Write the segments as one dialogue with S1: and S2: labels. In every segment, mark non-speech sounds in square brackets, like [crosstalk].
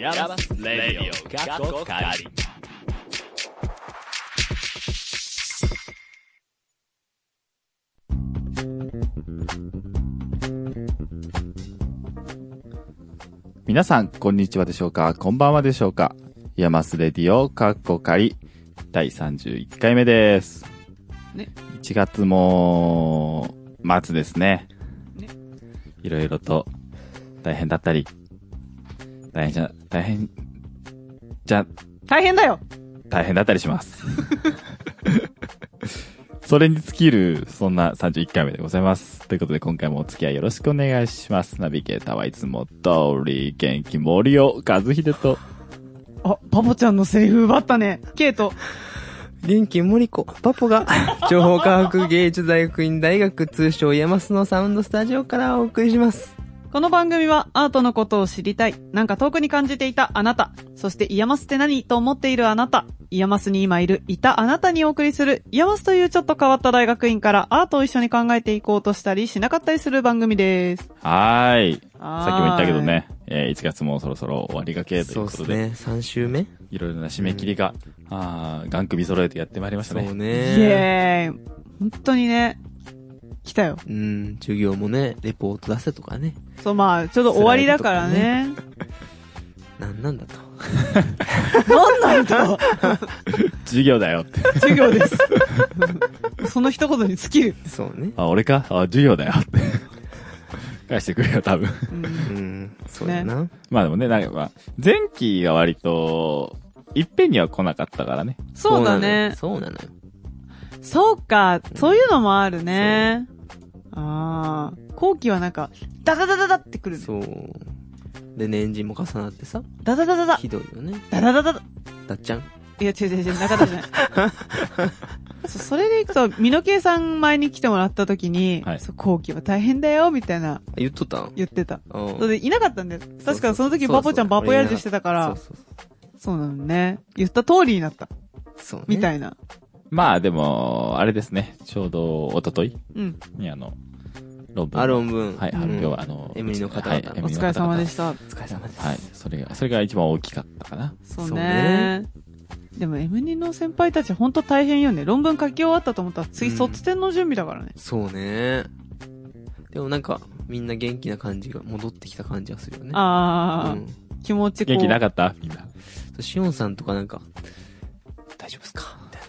S1: ヤマスレディオ過去仮
S2: 皆さん、こんにちはでしょうかこんばんはでしょうかヤマスレディオ、カッコ仮、第31回目です。
S1: ね。
S2: 1月も、末ですね。
S1: ね。
S2: いろいろと、大変だったり、大変じゃ、大変、じゃ、
S1: 大変だよ
S2: 大変だったりし [laughs] ます。それに尽きる、そんな31回目でございます。ということで今回もお付き合いよろしくお願いします。ナビゲーターはいつも通り、元気森尾和秀と、
S1: あ、パポちゃんのセリフ奪ったね。ケイト。
S3: 元気森子、パ
S2: [laughs]
S3: ポが、情報科学芸術大学院大学通称山須のサウンドスタジオからお送りします。
S1: この番組はアートのことを知りたい、なんか遠くに感じていたあなた、そしてイヤマスって何と思っているあなた、イヤマスに今いる、いたあなたにお送りする、イヤマスというちょっと変わった大学院からアートを一緒に考えていこうとしたりしなかったりする番組です。
S2: はーい。
S1: さ
S2: さっきも言ったけど。ね、えー1月もそろそろ終わりがけということで、
S3: ね。3週目
S2: いろいろな締め切りが、あー、ガン首揃えてやってまいりました
S3: そ
S2: ね。
S1: イ
S3: うね。
S1: エーイ。本当にね、来たよ。
S3: うん、授業もね、レポート出せとかね。
S1: そう、まあ、ちょうど終わりだからね。
S3: なんなんだと。 [laughs]
S1: なんなんだ
S2: 授業だよって。
S1: 授業です。その一言に尽きる。
S3: そうね。
S2: [laughs] あ、俺かあ、授業だよって。 [laughs] 返してくれよ、多分。
S1: うん
S3: うん、そうだな。
S2: まあでもね、なんかまあ、前期が割と、いっぺんには来なかったからね。
S1: そうだね。
S3: そうなのよ。そうなのよ
S1: そうか、そういうのもあるね。ああ。後期はなんか、ダダダダダってくるね。
S3: そう。で、年次も重なってさ、
S1: ダダダダダ。
S3: ひどいよね。
S1: ダダダダダ。
S3: だっちゃん。
S1: いや、違う違う違う、中田
S3: [laughs]
S1: じゃない。そうそれでいくと、ミノケイさん前に来てもらった時に、
S2: はい
S1: そう後期は大変だよ、みたいな
S3: あ言っとったん
S1: 言ってた。
S3: うん
S1: それでいなかったんだよ。確かその時
S3: そうそう
S1: バポちゃんバポヤージュしてたから、
S3: そうそう
S1: そうなのね。言った通りになった。
S3: そう。そうね
S1: みたいな。
S2: まあでも、あれですね、ちょうど、一昨日
S1: うん。
S2: にあの、論文。
S3: あ、論文。
S2: はい、
S3: うん
S2: 発表は、あの、
S3: M2 の方々
S2: はい
S3: の
S2: M2
S1: お
S2: の方々
S1: 疲れ様でした。
S3: お疲れ様です。
S2: はい、それが、それが一番大きかったかな。
S1: そう
S3: そう
S1: ね
S3: ね。
S1: でも M2 の先輩たち本当大変よね。論文書き終わったと思ったら次
S3: うん
S1: 卒展の準備だからね。
S3: そうね。でもなんか、みんな元気な感じが戻ってきた感じがするよね。
S1: あ
S3: う
S1: ー、
S3: ん。
S1: 気持ちこう。
S2: 元気なかったみんな。
S3: そうしおんさんとかなんか、大丈夫っすかみたいな。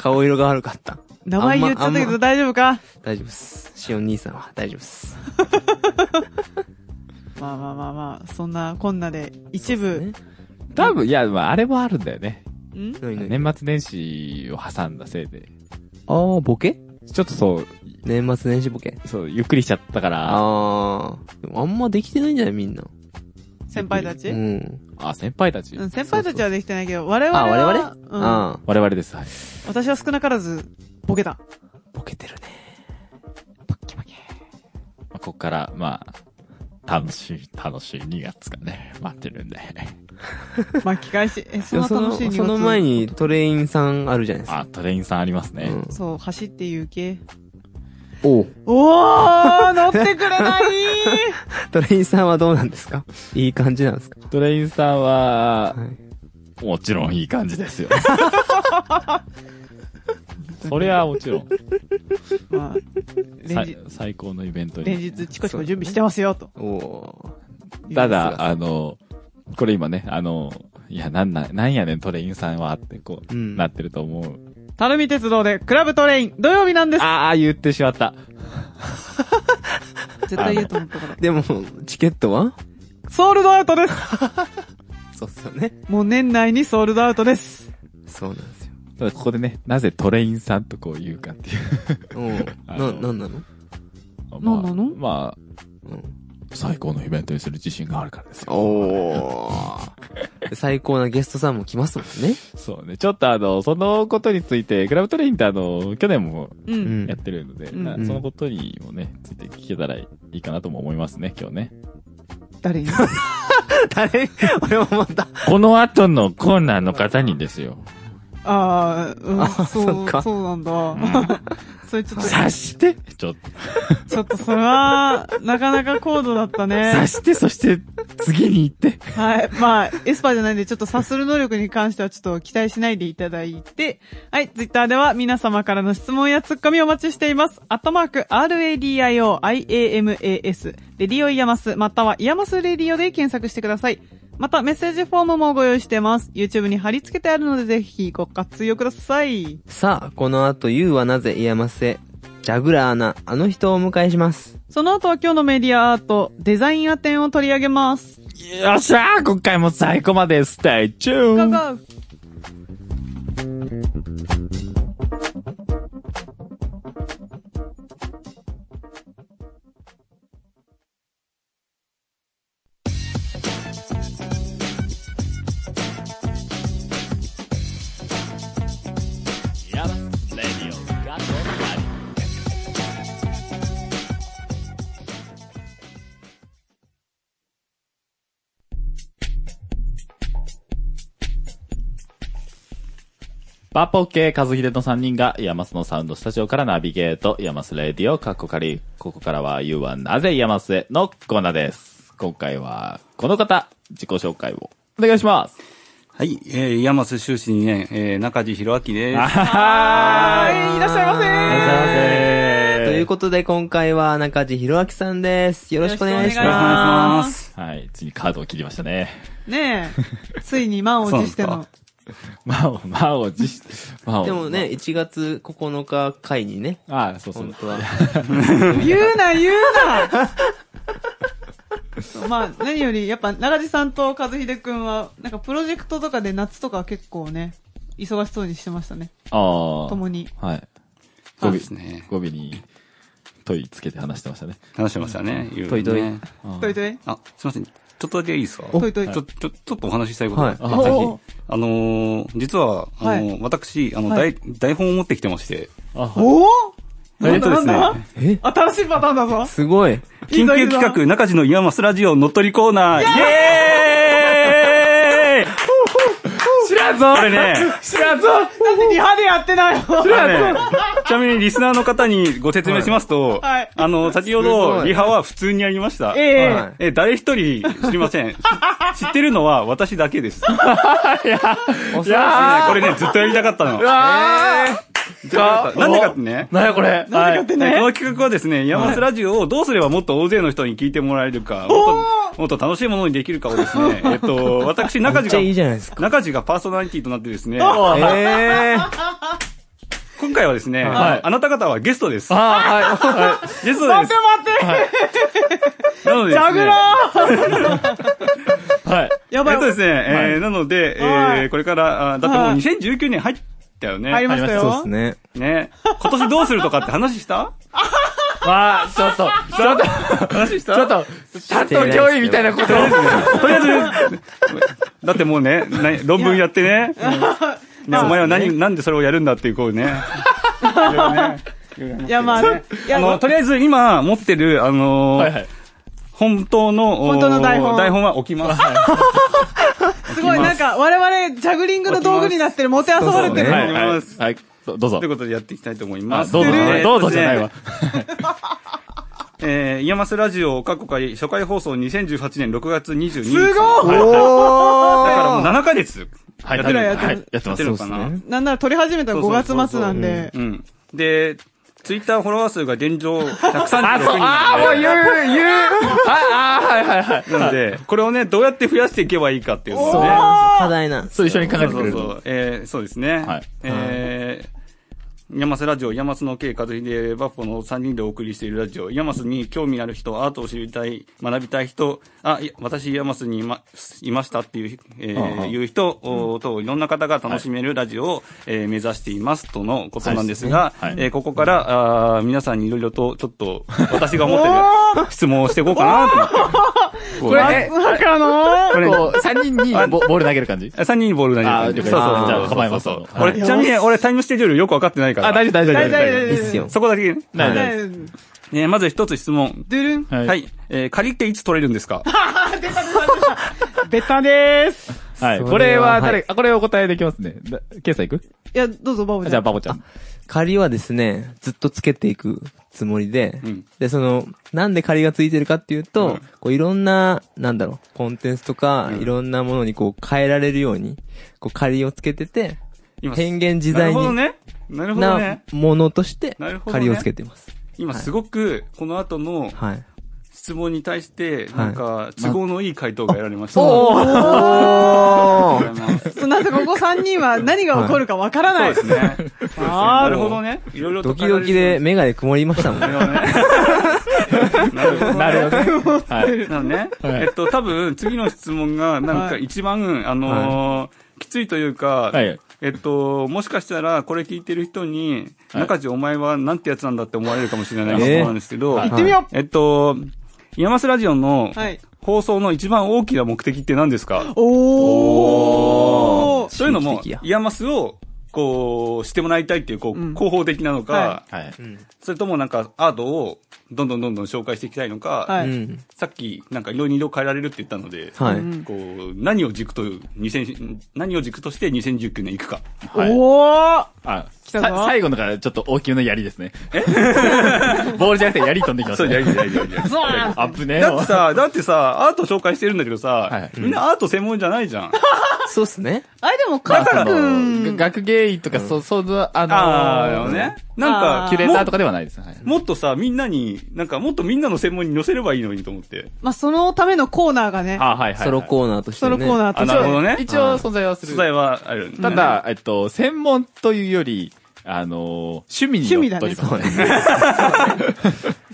S3: 顔色が悪かった。
S1: 名前言っちゃったけ
S3: あんまあん
S1: ど
S3: ま
S1: 大丈夫か
S3: 大丈夫っす。しおん兄さんは大丈夫っす。
S1: まあまあまあまあ、そんなこんなで一部、
S2: 多分、いや、まあ、あれもあるんだよ [laughs] ね。
S1: ん
S3: そうですね。
S2: 年末年始を挟んだせいで。
S3: あー、ボケ
S2: ちょっとそう、
S3: 年末年始ボケ。
S2: そう、ゆっくりしちゃったから、あ
S3: あー。でもあんまできてないんじゃないみんな。
S1: 先輩た
S3: う
S1: ち
S3: ん。
S2: 先輩たち、
S1: うん、先輩たちはできてないけど、我々は、
S3: あ我
S1: 々
S3: あ
S2: 我々です。はい
S1: うん。私は少なからず、ボケた。
S3: ー。ボケてるね。
S1: パッキパキ。
S2: まあ、ここから、まあ、楽しい、楽しい2月がね、待ってるんで。
S1: 巻き返し。え、そ
S3: い
S1: んな
S3: やそ
S1: 楽
S3: の、
S1: しい2月
S3: その前。にトレインさんあるじゃないですか。
S2: あ、トレインさんありますね。
S3: うん
S1: そう、走って言う系。
S3: おう
S1: おー乗ってくれ
S3: [laughs]
S1: ない
S3: トレインさんはどうなんですかいい感じなんですか
S2: トレインさんは、
S3: はい。
S2: もちろんいい感じですよ。そりゃもちろん、
S1: まあ、
S2: さ
S1: 連日
S2: い、最高のイベント
S1: 連
S2: に。
S1: 日、チコチコ準備してますよ、と。
S3: おお
S2: た
S3: さす
S2: だ、
S3: が
S2: あの、これ今ね、あの、いや、なんな、なんやねん、トレインさんは、ってこう、
S3: うん
S2: なってると思う。
S1: 垂水鉄道でクラブトレイン、土曜日なんです
S2: ああ、言ってしまった。
S1: 絶対言うと思ったから。
S3: でも、チケットは
S1: ソールドアウトです
S3: そうっすよね。
S1: もう年内にソールドアウトです。
S3: そうなん [laughs] ですよ。
S2: ただここでね、なぜトレインさんとこう言うかっていう。
S3: うん。
S2: あ
S3: な、
S2: の
S3: なんなの
S2: まあ
S1: なんなの
S2: まあ、
S3: うん。
S2: 最高のイベントにする自信があるからですよ。
S3: おー。最高なゲストさんも来ますもんね。
S2: そうね。ちょっとあの、そのことについて、クラブトレインってあの、去年も
S1: う。
S3: うんん
S2: やっ。てるので、
S1: うん
S2: な
S3: うん
S2: そのことにもね、ついて聞けたらいいかなとも思いますね、今日ね。
S1: [laughs] 誰に
S3: 誰俺も思った。 [laughs]
S2: この後のコーナーの方にですよ。
S1: あー、うん、
S3: あ
S1: そ、
S3: そうっ
S1: そ
S3: か
S1: うなんだ。 [laughs] それちょっと、
S2: 刺して、ちょっと、
S1: ちょっとそれは、なかなか高度だった
S2: 刺
S1: ね。
S2: して、そして、次に行って。
S1: はい。まあ、エスパーじゃないんで、ちょっと察する能力に関してはちょっと期待しないでいただいて、はい、ツイッターでは皆様からの質問やツッコミお待ちしています。アットマーク、RADIOIAMAS、レディオイヤマス、またはイヤマスレディオで検索してください。また、メッセージフォームもご用意してます。YouTube に貼り付けてあるので、ぜひご活用ください。
S3: さあ、この後、ゆうはなぜ、いやませ、ジャグラーな、あの人をお迎えします。
S1: その後は今日のメディアアート、デザインアテンを取り上げます。
S2: よっしゃー今回も最後までステイチュー
S1: ゴー
S2: ン
S1: ゴ
S2: は
S1: ー
S2: パポケ、カズヒデの3人が、イヤマスのサウンドスタジオからナビゲート、イヤマスレディオ、カッコカリ。ここからは、ゆうはなぜイヤマスへのコーナーです。今回は、この方、自己紹介をお願いします。
S4: はい、えー、山瀬修士2年、えー、中地弘明です。
S2: は
S1: はい、いらっしゃいませ
S2: い
S1: ー
S2: らっしゃいませ
S3: という
S2: こ
S3: ことで、今回は、中地弘明さんです。よろしくお願いし
S1: よろしくお願いし
S3: ま
S4: ます。
S2: とはい、ついにカードを切りましたね。
S1: ねえ、ついに満を持して
S4: そうなん
S1: の
S4: で。
S2: まお、まお、じし、まお。
S3: す。でもね、1月9日会にね、
S2: ああ、そうそう
S3: 本。当は。
S1: 言
S4: [laughs]
S1: うな、言うな [laughs] まあ、何より、やっぱ、長地さんと和秀くんは、なんかプロジェクトとかで夏とかは結構ね、忙しそうにしてましたね。
S2: ああ。
S1: 共に。
S2: はい。
S4: そ
S2: 語
S4: う
S2: 尾
S4: ですね。
S2: 語尾に、問いつけて話してましたね。
S4: 話してましたね。いろいろね
S3: と
S1: と
S3: いとい
S1: いとい。
S4: あ、すいません。ちょっとだけいいですか
S1: といとい
S4: ちょ、ちょ、ちょっとお話ししたいこと
S3: はい
S4: があって、ぜ
S1: おお
S4: ひあのー、実は、あのー
S1: は
S4: 私、あの、
S1: は
S4: 台、台本を持ってきてまして、
S2: あ、はい
S1: おお
S4: えっとですね
S3: え
S1: 新しいパターンだぞ。
S3: すごい。
S1: いい
S4: [laughs] 緊
S1: ぞ
S4: 急企画、中地のイヤマスラジオ乗っ取りコーナー、イエーイ
S2: 知らんぞ
S4: これね、
S2: 知らんぞ
S1: なんでリハでやってない
S4: [laughs]
S1: の
S4: あのねちなみにリスナーの方にご説明しますと、
S1: はいはい
S4: あの、先ほ
S3: す
S4: ど
S3: ごい
S4: リハは普通にやりました。
S1: ええ
S3: はい
S4: え、誰一人知りま
S1: [laughs]
S4: せん。し知ってるのは私だけです。
S3: 恐ろしい
S2: や
S4: これね、ずっとやりたかったの。
S2: あー
S4: なんでかってね。
S2: なんやこれ
S1: なんでかってね
S4: この企画はですね、山スラジオをどうすればもっと大勢の人に聞いてもらえるか、もっともっと楽しいものにできるかをです
S1: [laughs]
S4: ね、えっと、私、中
S3: めっちゃいい
S4: 地
S3: じ
S4: が、
S3: ゃないですか。
S4: 中地がパーソナリティとなってですね、
S2: はいあ
S3: ええ
S4: 今回はですね、
S2: はい
S4: あなた方はゲストです。
S2: ー、はい。はい
S4: ゲスト
S1: 待
S4: で
S1: って
S4: す。
S1: 待って、
S4: なのでで
S1: ジ
S4: すね
S1: ャグラー
S2: はい。
S1: やばい
S4: えっとですね、え
S2: は
S4: ー、なので、え
S1: はい
S4: ー、これから、あだってもう
S1: はい
S4: 2019年入ったよね。
S1: 入りましたよ。
S3: そうですね。
S4: ね。今年どうするとかって話した
S2: まあ、ちょっと、ちょっと、
S4: 話した
S2: ちょっと、担当教員みたいなこと
S4: とりあえず、だってもうね、な論文やってね。ねお前は何、なんでそれをやるんだっていう、こうね。
S1: いや、まあね。いや、
S4: あの、とりあえず今持ってる、あのー
S2: はいはい。
S4: 本当の、お
S1: 本当の台本
S4: 台本は置きます。
S1: すごい、なんか、我々、ジャグリングの道具になってる、もてあそばれて
S3: そうそう
S1: る。
S2: はい、はい。はい、どどうぞ
S4: という。ことでやっていきたいと思いま
S2: あ
S4: す。
S2: どうぞ、
S4: えー
S2: どうぞじゃないわ。。
S4: えー、イヤマスラジオ過去回初回放送2018年6月22日。だ
S1: すごい
S4: からもう7ヶ月
S2: はい、
S4: やってる
S1: や
S2: や
S1: っ
S2: って
S1: る
S2: てる。やって
S4: や
S2: ま
S4: って
S2: す
S4: る。のか
S3: そう
S4: な
S3: ですね
S1: なんなら撮り始めたの
S4: そうそう
S1: 5
S4: そうそう
S1: 月末なんで。
S4: うん。で、ツイッターフォロワー数が現状136人
S2: あ、そう、あー、もう言う、言う。あ、あー、はい、はい、はい。
S4: なので、これをね、どうやって増やしていけばいいかっていうの
S1: お
S4: を
S1: ー
S4: ね。
S3: 課題なんです。
S2: そう、一緒に考えて
S4: そ
S2: く
S4: う
S2: れ
S4: そう
S2: る
S4: そ
S2: の。
S4: う。えーそうですね。
S2: はい
S4: えー、山瀬ラジオ、山瀬の慶和秀バッフォの3人でお送りしているラジオ、山瀬に興味ある人、アートを知りたい、学びたい人、あ、いや私山瀬にいまいましたっていう、えー
S2: うんうん
S4: いう人をと、いろんな方が楽しめるラジオを、えー目指していますとのことなんですが、
S2: はい
S4: えーここから、あー皆さんにいろいろと、ちょっと、私が思ってる質問をしていこうかなと思って。
S2: これ、え
S1: わかの
S4: これ
S2: こう、三人にボボール投げる感じ
S4: 3人にボール投げる感じ。
S2: あー了解ですじゃあ構えます
S4: そうそう
S2: はい
S4: 俺、ちなみに俺タイムスケジュールよくわかってないから。
S2: あ、大丈夫、大丈夫、
S1: 大
S2: 大丈
S1: 丈夫
S2: 夫。
S3: いいっすよ。
S4: そこだけね。
S2: 大丈夫
S4: ねまず一つ質問。
S1: ドゥルン。
S4: はい。
S2: はい。
S4: えー、借りっていつ取れるんですか
S1: ベタでーす。
S2: はい。
S3: それは
S2: これは誰、
S3: はい
S2: あ、これお答えできますね。だケイさん行く
S1: いや、どうぞ、バボちゃん。
S2: じゃあ、バボちゃん。
S3: 仮はですね、ずっとつけていくつもりで、
S4: うん
S3: で、その、なんで仮がついてるかっていうと、
S4: うん
S3: こういろんな、なんだろう、コンテンツとか、
S4: うん
S3: いろんなものにこう変えられるように、こう仮をつけてて、
S4: 今
S3: 変幻自在
S4: なるほど
S3: に、
S4: ね。なるほど
S3: な
S4: ね。
S3: ものとして
S4: なるほどね
S3: 仮をつけてます。
S4: 今
S3: はい
S4: すごく、この後の
S3: はい。
S4: 質問に対して、なんか、都合のいい回答が得られました。
S3: そうなんです
S4: あ
S3: お
S4: り
S3: ー
S4: がとうございます
S1: そうなんですここ3人は何が起こるかわからな
S4: そう
S1: い。
S4: ですね。そうですね
S1: あー
S4: なるほどね。いろいろと
S3: ドキドキで目がで曇り
S4: [laughs]
S3: ましたもんね。
S4: なるほどね。
S2: なるほどね。はい。
S4: なのね。
S2: はい
S4: えっと、多分、次の質問が、なんか
S1: はい
S4: 一番、あのーきついというか、
S2: はい。
S4: えっと、もしかしたら、これ聞いてる人に、
S2: はい
S4: 中地お前はなんてやつなんだって思われるかもしれない
S3: えー
S4: 質問なんですけど、
S2: は
S1: 行ってみよ
S4: えっと、山瀬ラジオの
S1: うはい。
S4: 放送の一番大きな目的って何ですか
S1: おー。
S4: そういうのも
S3: 刺激的や、
S4: イヤマスを、こう、してもらいたいっていう、こう、
S1: うん
S4: 広報的なのか、
S1: は
S2: はい。
S4: それともなんか、アートを、どんどんどんどん紹介していきたいのか、
S1: は
S3: う
S1: い。
S3: ん。
S4: さっき、なんか、いろいろ変えられるって言ったので、
S3: はい。
S1: うん
S4: こう、何を軸と、2000何を軸として2019年いくか。
S2: はい。
S1: おー
S2: あ、
S1: 来
S2: さ
S1: たぞ
S2: 最後のからちょっと大きめの槍ですね。 [laughs] ボールじゃなくて槍飛んできました
S4: そう、や
S2: ね。
S4: りたいやりたいやりたい
S1: ゾーン
S2: アップね。
S4: だってさ、だってさ、アート紹介してるんだけどさ、
S2: はい
S4: みんなアート専門じゃないじゃん。
S3: そうっすね。
S1: あれでも、
S2: ま
S1: カ
S2: あ
S1: ズ
S2: そ
S1: く
S2: の
S1: ん。
S2: 学芸員とか、そう、そう、あのー、
S4: あー、なるほどね。な
S1: あ
S4: ん
S1: ー
S2: キ
S4: か、
S2: ュレーターとかではないです。はい。
S4: もっとさ、みんなに、なんか、もっとみんなの専門に載せればいいのにと思って。
S1: まあ、そのためのコーナーがね、
S2: あ、はい、はい。
S3: ソロコーナーとして
S1: ソ
S3: ね。
S1: ロコーナーと
S4: あ、
S1: して
S4: なるほどね。
S2: 一応存在はす
S4: 素
S2: る。
S4: 材はある。
S2: ただ、えっと、専門というより、あのー、趣味によっとります
S3: 趣味
S2: ね。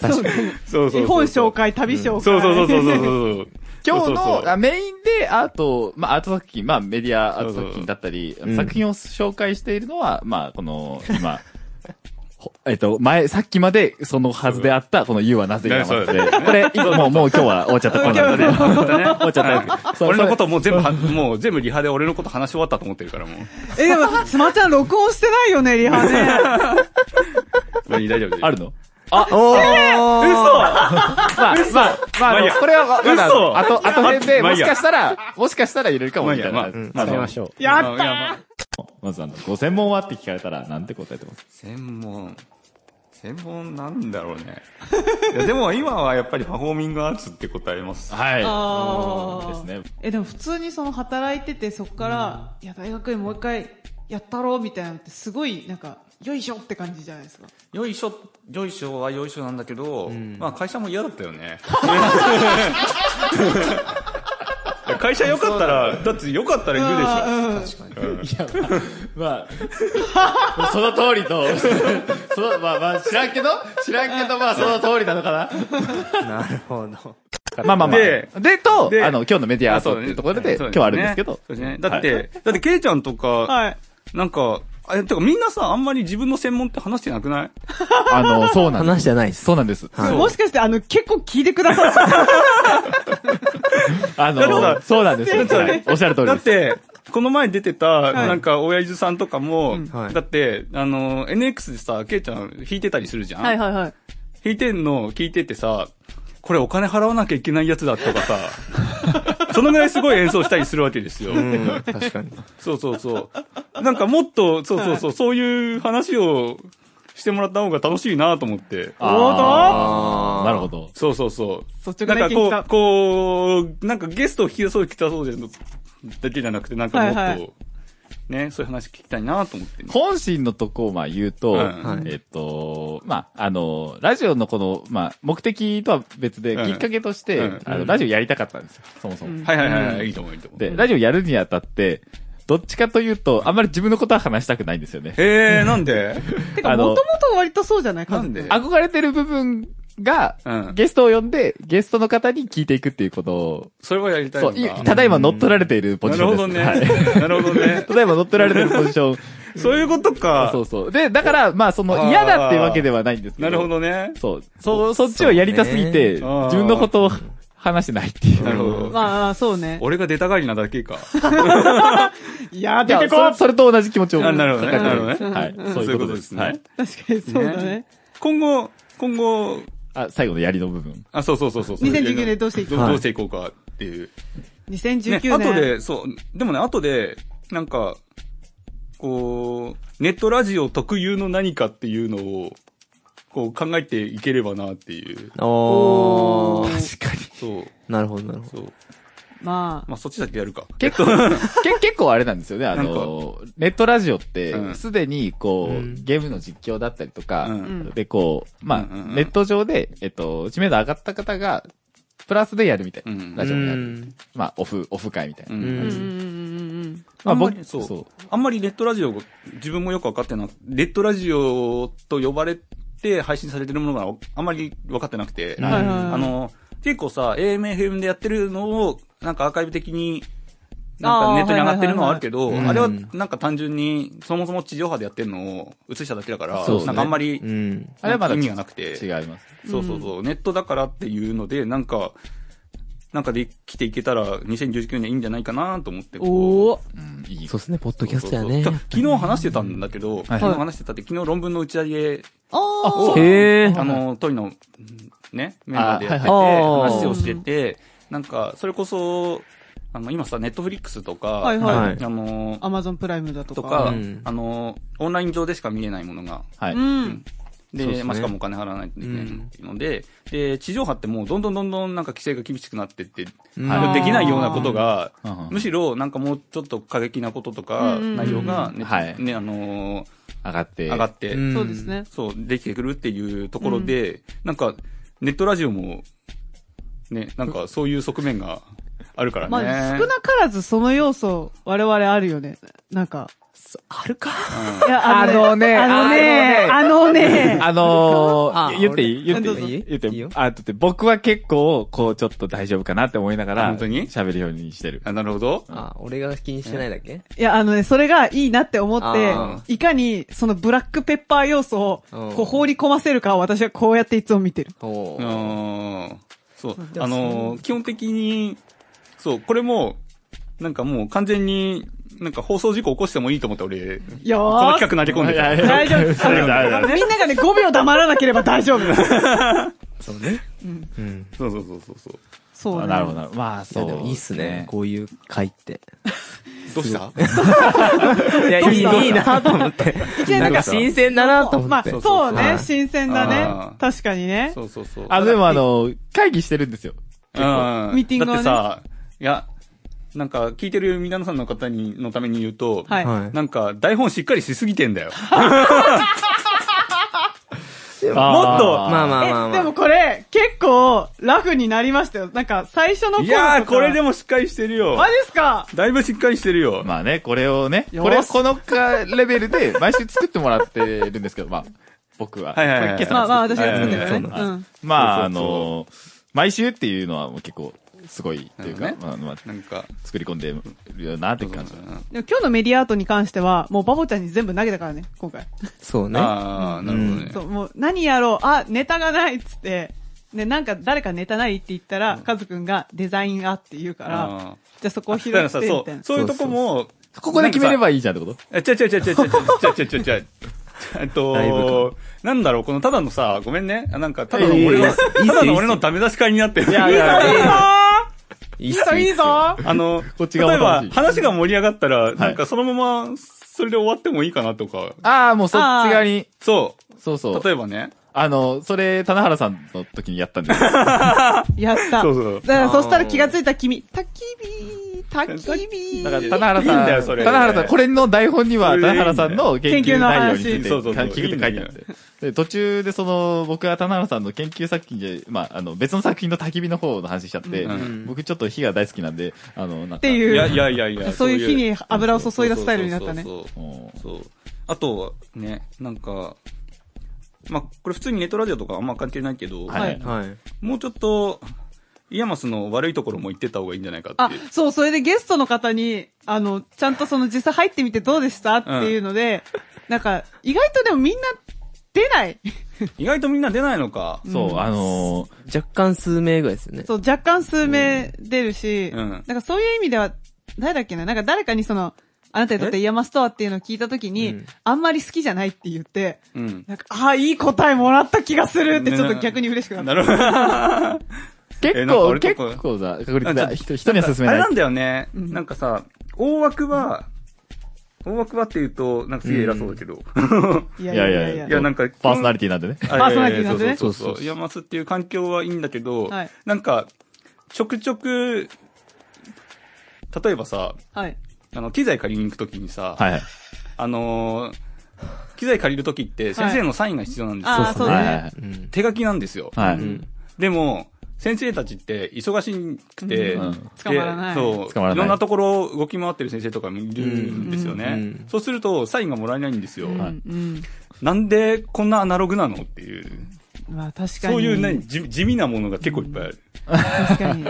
S1: そう
S4: そうそうそうそう。
S1: 絵本紹介、旅紹介。
S4: そうそうそうそうそうそう。
S2: 今日
S4: そうそう
S2: のあメインでアートを、まあアート作品、まあメディアアート作品だったり、
S3: ん
S2: 作品を紹介しているのは、まあこの、今、 [laughs] ほえっと、前、さっきまでそのはずであった、この U はなぜ山
S4: そ
S2: で
S4: うそう。
S2: これ、もう、もう今日は終わっちゃった。こんなので
S4: [laughs]
S2: 終
S4: そうだね
S2: わっちゃった。そう
S4: 俺のこともう全部は、もう全部リハで俺のこと話し終わったと思ってるからもう。
S1: え、でも、スマちゃん録音してないよね、リハね。
S4: 何大丈夫
S2: あるの
S3: おー
S2: まあ、まあ、まあ
S4: まあいい
S2: あ
S4: や
S2: の、これは、まだ、
S4: 嘘
S2: あと、あと辺で、
S4: まあ
S2: も
S4: い
S2: し
S4: いや
S2: かしたら、もしかしたら入れるかもみたい
S4: ま
S2: ない
S4: あいや。
S2: まあ
S5: 食べましょう。
S1: や
S4: い
S1: っ
S4: や
S1: た
S2: まずあの、ご専門はって聞かれたら、なんて答えてます
S4: 専門。専門なんだろう
S2: [laughs]
S4: ね。いやでも今はやっぱりパフォーミングアーツって答えます。
S2: はい。
S1: あー
S2: ですね。
S1: え、でも普通にその働いてて、そこから、いや、大学院もう一回やったろうみたいなのって、すごい、なんか、よいしょって感じじゃないですか。
S4: よいしょ、よいしょはよいしょなんだけど、まあ会社も嫌だったよね。いや会社良かったら、だって良かったら行くでしょ。
S1: うん
S2: まあ、その通りと、その、まあまあ、知らんけど、知らんけど、まあ、その通りなのかな。
S3: なるほど。
S2: まあまあまあ。
S4: で
S2: で、と、
S4: で
S2: あの、今日のメディアア
S4: あ
S2: ートっていうところで、今日はあるんですけど
S4: そ。うですね。だっ
S2: は
S4: て、だって、ケイちゃんとか、
S1: はい。
S4: なんか、え、てかみんなさ、あんまり自分の専門って話してなくない
S2: あの、そうなんで
S3: 話
S2: す。
S3: じゃないです。
S2: そうなんです。そう
S1: もしかして、あの、結構聞いてくださった。
S2: あ
S4: だって
S2: の、そうなんです。
S1: だって
S2: はいおっしゃる通り
S4: だ
S2: で
S4: っ
S2: す。
S4: て、この前出てた、
S1: い
S4: なんか、親父さんとかも、
S3: はい
S4: だって、あの、NX でさ、ケイちゃん弾いてたりするじゃん、
S1: はいはい。
S4: 弾いてんの聞いててさ、これお金払わなきゃいけないやつだとかさ、 [laughs] そのぐらいすごい演奏したりするわけですよ。
S3: うん、確かに。
S4: そうそうそう。なんかもっと、そうそうそう、そういう話をしてもらった方が楽しいなと思って。
S2: あーなるほど。
S4: そうそうそう。
S1: 率
S4: な
S1: 直
S4: ん
S1: な
S4: か
S1: 意見
S4: こ
S1: 来た
S4: う、こう、なんかゲストを引き出そう、引き出そうでのだけじゃなくて、なんかもっと、
S1: はいはい
S4: ね、そういう話聞きたいなと思って、ね。
S2: 本心のとこをまあ言うと、
S4: うん
S2: えっと、まあ、あの、ラジオのこの、まあ、目的とは別で、
S4: うん
S2: きっかけとして、
S4: うん
S2: あの、ラジオやりたかったんですよ、そもそも。
S4: はいはいはいはい、いいと思う、いいと思う。
S2: で、ラジオやるにあたって、どっちかというと、あんまり自分のことは話したくないんですよね。
S4: えー、なんで
S1: てか、
S2: あ
S1: も
S2: の
S1: ともと割とそうじゃないか
S4: なんで
S2: 憧れてる部分が、
S4: うん
S2: ゲストを呼んで、ゲストの方に聞いていくっていうことを、
S4: それはやりたい
S2: そ
S4: の
S2: う、
S4: か
S2: いただいま乗っ取られているポジ
S4: な
S2: シ
S4: る
S2: ョンで
S4: ほ
S2: す。
S4: どね。
S2: はい。 [laughs]
S4: なるほどね。
S2: ただいま乗っ取られてるポジション。
S4: [laughs] そういうことか。
S2: そうそう。で、だから、まあ、その、
S4: あー
S2: 嫌だってわけではないんですけど。
S4: なるほどね。
S2: そう。そう、そっちをやりたすぎて、
S4: そうね
S2: 自分のことを話してないっていう。
S4: なるほど。
S1: まあ、そうね。
S4: 俺が出たがりなだけか。
S1: いや、
S2: い
S1: 出
S2: や
S1: てこ
S2: それそれと同じ気持ちを。
S4: あなるほどね
S2: 抱えて
S4: なるほど
S1: ね
S2: はい。そういうことです。
S4: そういうことですね
S2: はい。
S1: 確かにそうだね。
S4: 今後、今後、
S2: あ、最後の槍の部分。
S4: あ、そうそうそうそう。
S1: 2019年どうしていく
S4: ど
S3: は
S4: う
S3: い
S4: どうしていこうかっていう。
S1: 2019
S4: ね、
S1: 年。
S4: 後で、そう、でもね、後で、なんか、こう、ネットラジオ特有の何かっていうのを、こう考えていければなっていう。
S3: お
S1: お
S3: ー。
S1: ー
S2: 確かに。
S4: そう、
S3: なるほど、なるほ
S4: そ
S3: ど。
S4: う。
S1: まあ、
S4: まあ、そっちだけやるか。
S2: 結構、
S4: [laughs]
S2: け結構あれなんですよね。あの、ネットラジオっ
S4: う
S2: て、
S4: ん
S2: すでに、こ
S3: う、
S2: うんゲームの実況だったりとか
S4: う、ん
S2: で、こう、まあ、
S4: うんうんうん
S2: ネット上で、えっと、知名度上がった方が、プラスでやるみたいな。
S4: うん
S2: ラジオもやる。
S3: うん
S2: まあ、オフ、オフ会みたいな。
S4: うん
S1: うんんうんうん
S2: まあ、
S4: あんまり
S2: 僕、
S4: そう
S2: そう。
S4: あんまりネットラジオが、自分もよくわかってなくネットラジオと呼ばれて配信されてるものがあんまり分かってなくて、
S1: うん。はいはいはい。
S4: あの、結構さ、AMFM でやってるのを、なんかアーカイブ的に、なん
S1: あ
S4: か
S1: ー
S4: ネットに上がってるのはあるけど、
S3: はいはい
S4: あ
S3: はい
S4: れ
S3: は
S4: はいなんか単純に、そもそも地上波でやってるのを映しただけだから、
S2: そうね
S4: なんかあんまり、
S3: うん。
S2: あれはまだ
S4: 意味がなくて
S2: 違います。
S4: そうそうそう、ネットだからっていうので、なんか、なんかできていけたら、2019年いいんじゃないかなと思って。
S1: おお
S2: うん、いい。
S3: そうですね、ポッド
S4: そう
S3: キャストや
S4: そう
S3: ね
S4: そう。昨日話してたんだけど、昨日話してたって、昨日論文の打ち上げ、
S1: あー
S3: へえ。
S4: あの、トイの、ね、メンバーでやってて、
S2: あ
S3: はいはい
S4: 話をしてて、なんか、それこそ、あの、今さ、ネットフリックスとか、
S1: はい
S3: は
S1: はいい。
S4: あの、
S1: アマゾンプライムだと
S4: とか、
S1: か。。
S3: うん
S4: あの、オンライン上でしか見れないものが、
S2: はいう
S1: ん。
S4: で、
S3: そうですね
S4: まあ、しかもお金払わないといけないので、で、地上波ってもうどんどんどんどんなんか規制が厳しくなってって、
S3: うん
S4: あのできないようなことが
S2: うんうん、
S4: むしろなんかもうちょっと過激なこととか、
S1: うんうんうん
S4: 内容がね、
S2: はい
S4: ね、あのー
S2: 上がって。
S4: 上がって、
S3: うん
S1: そうですね。
S4: そう、できてくるっていうところで、なんか、ネットラジオも、ね、なんかそういう側面があるからね。
S1: まあ、少なからずその要素、我々あるよね。なんか。
S3: あるか
S1: いやあのね、あのね、
S2: あの
S3: あ
S2: ー、言っていい言
S3: 俺
S2: っ
S1: どう
S2: て
S1: ぞ
S2: いい言って
S3: いい
S2: いい
S3: よ
S2: あ、だって僕は結構、こう、ちょっと大丈夫かなって思いながら、
S4: 本当に
S2: 喋るようにしてる。
S4: あなるほど。
S3: あ、俺が気にしてないだけ
S1: [laughs] いや、あのね、それがいいなって思って
S3: あ、
S1: いかにそのブラックペッパー要素を
S3: うん
S1: こう放り込ませるかを私はこうやっていつも見てる。
S3: お
S4: う
S3: ー
S4: ん。そう。あのー、基本的に、そう、これも、なんかもう完全に、なんか放送事故起こしてもいいと思って俺、
S1: よ
S4: この
S1: ー
S4: 企
S1: し
S4: 画投げ込んで
S2: いやい
S4: た。
S2: や
S1: 大丈夫です。あ
S2: 大丈夫
S1: のみんながね、5秒黙らなければ大丈夫。
S3: そうね。うん。
S4: そうそうそうそうそう。
S1: そう
S2: あ
S1: ね。
S2: なるほどなるほど。まあ、
S3: い
S2: そ
S3: や、
S2: う。
S3: でもいいっすね。こういう会って。
S4: どうした
S3: いや、い
S1: どうした
S3: い、いいなと思って。
S1: 年
S3: なんか新鮮だなと思
S1: ま
S3: っ
S1: あ、
S3: て。
S1: そう
S3: は
S1: ね
S3: い。
S1: 新鮮だ
S4: あ
S1: ね
S4: ー。
S1: 確かにね。
S4: そうそうそう。
S2: あ、でもあの、会議してるんですよ。
S4: うん
S1: ミーティング
S4: だ
S1: をね
S4: ってさ、いや、なんか聞いてる皆さんの方に、のために言うと、
S1: はい。
S3: はい
S4: なんか台本しっかりしすぎてん
S1: [laughs]
S4: だよ。
S2: もっと
S3: まあまあまあ
S1: え、
S3: ま
S1: で
S3: あ。
S1: もこれ、結構、ラフになりましたよ。なんか、最初の頃
S4: いや
S1: と
S4: ー、
S1: か
S4: これで。もしっかりしてるよ
S1: マ。ジですか
S4: だいぶしっかりしてるよ。
S2: まあね、これをね、
S1: よし
S2: これ、このか、レベルで、 [laughs] 毎週作ってもらってるんですけど、まあ、僕は。
S4: はいはいはい
S2: これ今
S1: まあまあ、
S2: 朝の
S1: 私が作ってる
S4: は
S1: よ
S4: い
S1: ね。
S4: は
S1: う
S2: は
S4: い
S2: い
S1: ん。
S2: まあ、あ
S4: そうそうそ
S2: の、毎週っていうのはもう結構、すごいっていうか
S4: なる、ほ
S2: まあまあ
S4: なんか、
S2: 作り込んでるよなって感じ。
S1: でも今日のメディアアートに関しては、もうバボちゃんに全部投げたからね、今回。
S3: そうね。
S4: ああ、なるほどね。
S1: そう、もう何やろう、あ、ネタがないっつって、ね、なんか誰かネタないって言ったら、カズくんがデザインがって言うから、
S4: あ
S1: じゃあそこを
S4: ー
S1: 拾
S4: だから
S1: っ
S4: さ
S1: て、み
S4: そ
S1: たいうな、。
S4: そういうとこも、
S2: ここで決めればいいじゃんってこと
S4: え、ちゃちゃちゃちゃちゃち
S1: [laughs]
S4: ゃちゃちゃちゃ。えっ
S3: ライブ
S4: と、なんだろう、このただのさ、ごめんね。あなんか、ただの俺
S3: いや
S4: の、
S3: いやいや
S4: ただの俺のダメ出し会になってる。
S2: いや
S1: いいぞ
S3: いい
S1: い
S3: っ
S1: い
S3: す
S1: ぞ
S3: よ
S1: いいぞ
S4: [laughs] あの、
S2: こっち
S4: 例え
S2: 側も
S4: ば
S2: 楽しい
S4: 話が盛り上がったら、なんかそのまま、それで終わってもいいかなとか。
S2: ああ、もうそっち側に、
S4: そ。
S2: そうそうう。
S4: 例えばね。
S2: あの、それ、棚原さんの時にやったんですよ。
S1: やった。
S4: そうそう
S1: だからそしたら気がついた君、焚き火、焚き火。
S2: だから、棚原さん、
S4: いいんだよそれ
S2: 棚原さん、これの台本には、
S4: それでいい
S2: 棚
S4: んだ
S2: 原
S4: よ
S2: さんの研究内容について、
S4: 研究の話そうそうそう
S2: 聞くって書いてあっ
S4: いいん
S2: て。で、途中でその、僕は棚原さんの研究作品で、まあ、あの、別の作品の焚き火の方の話しちゃって、
S4: うん
S2: 僕ちょっと火が大好きなんで、あの、なんか。
S1: っていう
S4: いやいやいやいや。
S1: [laughs] そういう日に油を注いだスタイルになったね。
S4: そうそうそう
S2: もう
S4: そう。あと、ね、なんか、まあ、これ普通にネットラジオとかあんま関係ないけど、
S2: はい
S1: はい
S3: はい。
S4: もうちょっと、イヤマスの悪いところも言ってた方がいいんじゃないかっ
S1: あ
S4: ていう。、
S1: そう、それでゲストの方に、あの、ちゃんとその実際入ってみてどうでしたっていうので、なんか、意外とでもみんな出ない。
S4: 意外とみんな出ないのか。
S2: そう、あのー
S3: 若干数名ぐらいですよね。
S1: そう、若干数名出るし、
S4: うん
S1: なんかそういう意味では、誰だっけななんか誰かにその、あなたにとってイヤマスとはっていうのを聞いたときに、
S3: うん
S1: あんまり好きじゃないって言って、
S4: うん。
S1: なんか、ああ、いい答えもらった気がするってちょっと逆に嬉しくなった。
S4: なるほど。え
S2: 結
S4: なんか
S2: 構、
S4: 俺と
S2: 結
S4: こ
S2: 構な確率
S4: あち
S2: だ。
S4: ょ
S2: 人人には勧め
S4: あ
S2: な
S4: れ
S2: い
S4: な。んだよね。なんかさ、大枠は、大枠はって言うと、なんかすげえ偉そうだけど。 [laughs]
S1: い
S2: い
S1: や
S2: や
S1: い
S2: いや
S1: やいやいや。
S4: いやなんか
S2: パーソナリティなんでね。
S4: あ
S1: パーソナリティなんでね
S4: いやいやそうそう
S2: そうそうそう
S4: そう。イヤマスっていう環境はいいんだけど、
S1: はい
S4: なんか、ちょくちょく、例えばさ、
S1: はい。
S4: あの、機材借りに行くときにさ、
S2: はいはい。
S4: あのー機材借りるときって先生のサインが必要なんですよ。
S1: あーそう
S2: は
S1: だ
S2: いは
S1: ね。
S3: うん。
S4: 手書きなんですよ。
S2: いは
S3: う
S2: い。
S3: ん。
S4: でも、先生たちって忙しくて、
S2: うん
S4: で
S1: 捕まらない
S4: そう、
S2: 捕まらない
S4: ろんなところを動き回ってる先生とかもいるんですよね。
S3: うんうん
S4: そうすると、サインがもらえないんですよ。
S1: うん
S2: はい
S1: うん。
S4: なんでこんなアナログなのっていう、
S1: まあ確かに。
S4: そういうね、地地味なものが結構いっぱいある。
S1: 確かに。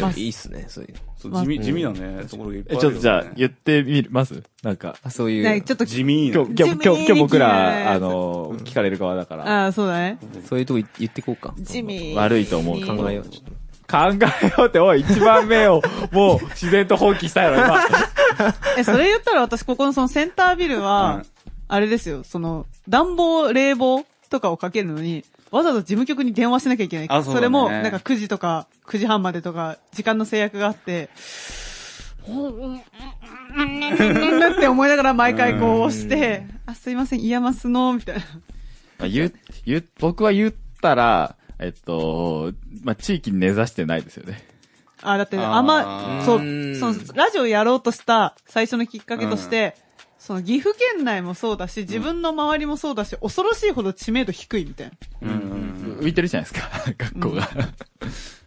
S1: まあ、
S3: いいっすね、そういうの。
S4: そう
S1: まあ
S4: 地味、地味なね、ところがいっぱい
S2: え、
S4: あ
S2: ちょっと
S4: るよね、
S2: じゃあ、言ってみますなんか。
S3: あ、そうい
S1: ね
S3: う、
S1: ちょっと、
S4: 地味な
S2: 今。日、今日、今日、今日僕ら、あの、聞かれる側だから、
S1: ああ、そうだね。
S3: そういうとこ言ってこうか。
S1: 地味。
S2: 悪いと思う
S1: に
S3: 考えよう、ちょっと。
S2: 考えようって、おい、一番目を、 [laughs] もう、自然と放棄したよ、
S1: [laughs]
S2: 今。
S1: え、それ言ったら私、ここのそのセンタービル
S4: は、
S1: はいあれですよ、その、暖房、冷房とかをかけるのに、わざわざ事務局に電話しなきゃいけない。
S4: あそうだね
S1: れも、なんか9時とか、9時半までとか、時間の制約があって、うんって思いながら毎回こう押して、あ、すいません、イヤマスの、みたいな。
S2: まあ、言う、言う、僕は言ったら、えっと、まあ、地域に根ざしてないですよね。
S1: あ、だって、
S4: あー
S1: あんま、そうう、
S3: ん
S1: その、ラジオやろうとした最初のきっかけとして、その、岐阜県内もそうだし、自分の周りもそうだし、恐ろしいほど知名度低いみたい
S4: うん
S1: な。
S4: うんうん
S2: 浮いてるじゃないですか、 [laughs] 学校が。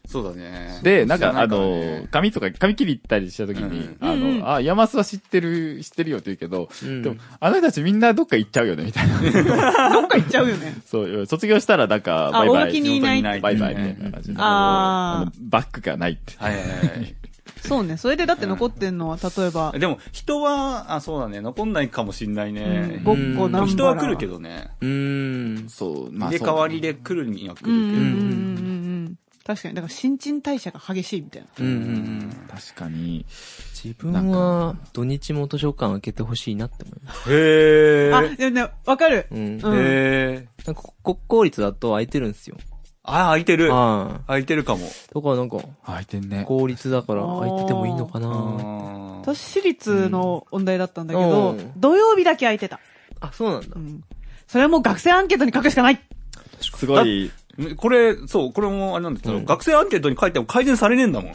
S4: そうだね。
S2: で、なんか、あ
S4: ね
S2: の、髪とか、髪切り行ったりした時に、
S1: うん
S2: あ
S1: うんうん
S2: の、あ、山須は知ってる、知ってるよって言うけど、
S3: うん
S2: でも、あの人たちみんなどっか行っちゃうよね、みたいな。 [laughs]
S1: どっか行っちゃうよね。
S2: そう、卒業したらなんか、
S1: あ
S2: バイバ
S1: 大き
S2: イ。
S1: にいない
S2: バイバイみたいな感じで。
S1: あー
S2: のバックがないって。
S4: はいはい
S2: [laughs]
S4: はい。
S1: [laughs] そうね。それでだって残ってんのは、例えば、
S4: でも、人は、あ、そうだね、残んないかもしんないね。
S1: ごっこなんばら
S4: 人は来るけ。どね。
S3: うーん。
S2: そう、
S4: 入れ替わりで来るには来
S1: うんうんうんうん
S4: る
S1: うん。確かに。だから、新陳代謝が激しいみたいな。
S3: うんうんうん。
S2: そう確かに。
S3: 自分は、土日も図書館開けてほしいなって思います。
S4: けど。へ
S1: あ、でもね、わかる。
S3: う
S1: う
S3: ん。なん
S1: ん
S4: へー
S3: か国公立だと開いてるんですよ。
S4: あ、空いてる。
S3: ああ。
S4: 空いてるかも。
S3: だからなんか、
S2: 開いてんね。
S3: 公立だから開いててもいいのかな
S4: あー
S1: 私私立の問題だったんだけど、
S3: うん
S1: 土曜日だけ空いてた。
S3: あ、そうなんだ
S1: う。ん。それはもう学生アンケートに書くしかない
S2: すごい、
S4: これ、そう、これもあれなんだけど、
S3: うん
S4: 学生アンケートに書いても改善されねえん
S1: [laughs]
S4: だもん。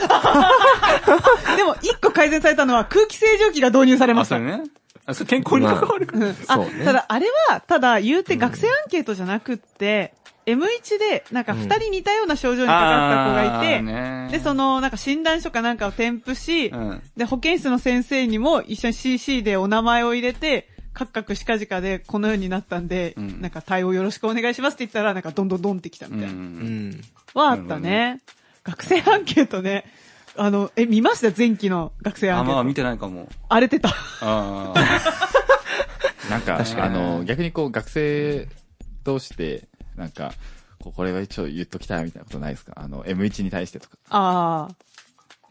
S1: でも、一個改善されたのは空気清浄機が導入されま
S4: あ、
S1: し
S4: そ
S1: た。
S4: れね。あ、それ健康に関わるから。
S1: あ、
S3: そうね
S1: ただ、あれは、ただ、言うて学生アンケートじゃなくって、M1 で、なんか
S3: うん
S1: 二人似たような症状にかかった子がいて、
S4: い
S1: で、そ、の、なんか診断書かなんかを添付し、
S4: うん。
S1: で、保健室の先生にも一緒に CC でお名前を入れて、カクカクしかじかでこのようになったんで、
S4: うん
S1: なんか対応よろしくお願いしますって言ったら、なんかどんどんどんってきたみたいな。
S3: う
S4: うん
S3: ん。
S1: はあったね。学生アンケートね。あの、え、見ました前期の学生ア
S4: あ、
S1: ンケ
S4: ま
S1: ート。
S4: あ見てないかも。
S1: 荒れてた。
S4: ああ。
S1: [laughs]
S2: なんか、
S4: 確か
S2: あ
S4: に
S2: の、逆にこう、学生同士で、なんか、こうこれは一応言っときたいみたいなことないですかあの、M1 に対してとか。
S1: ああ、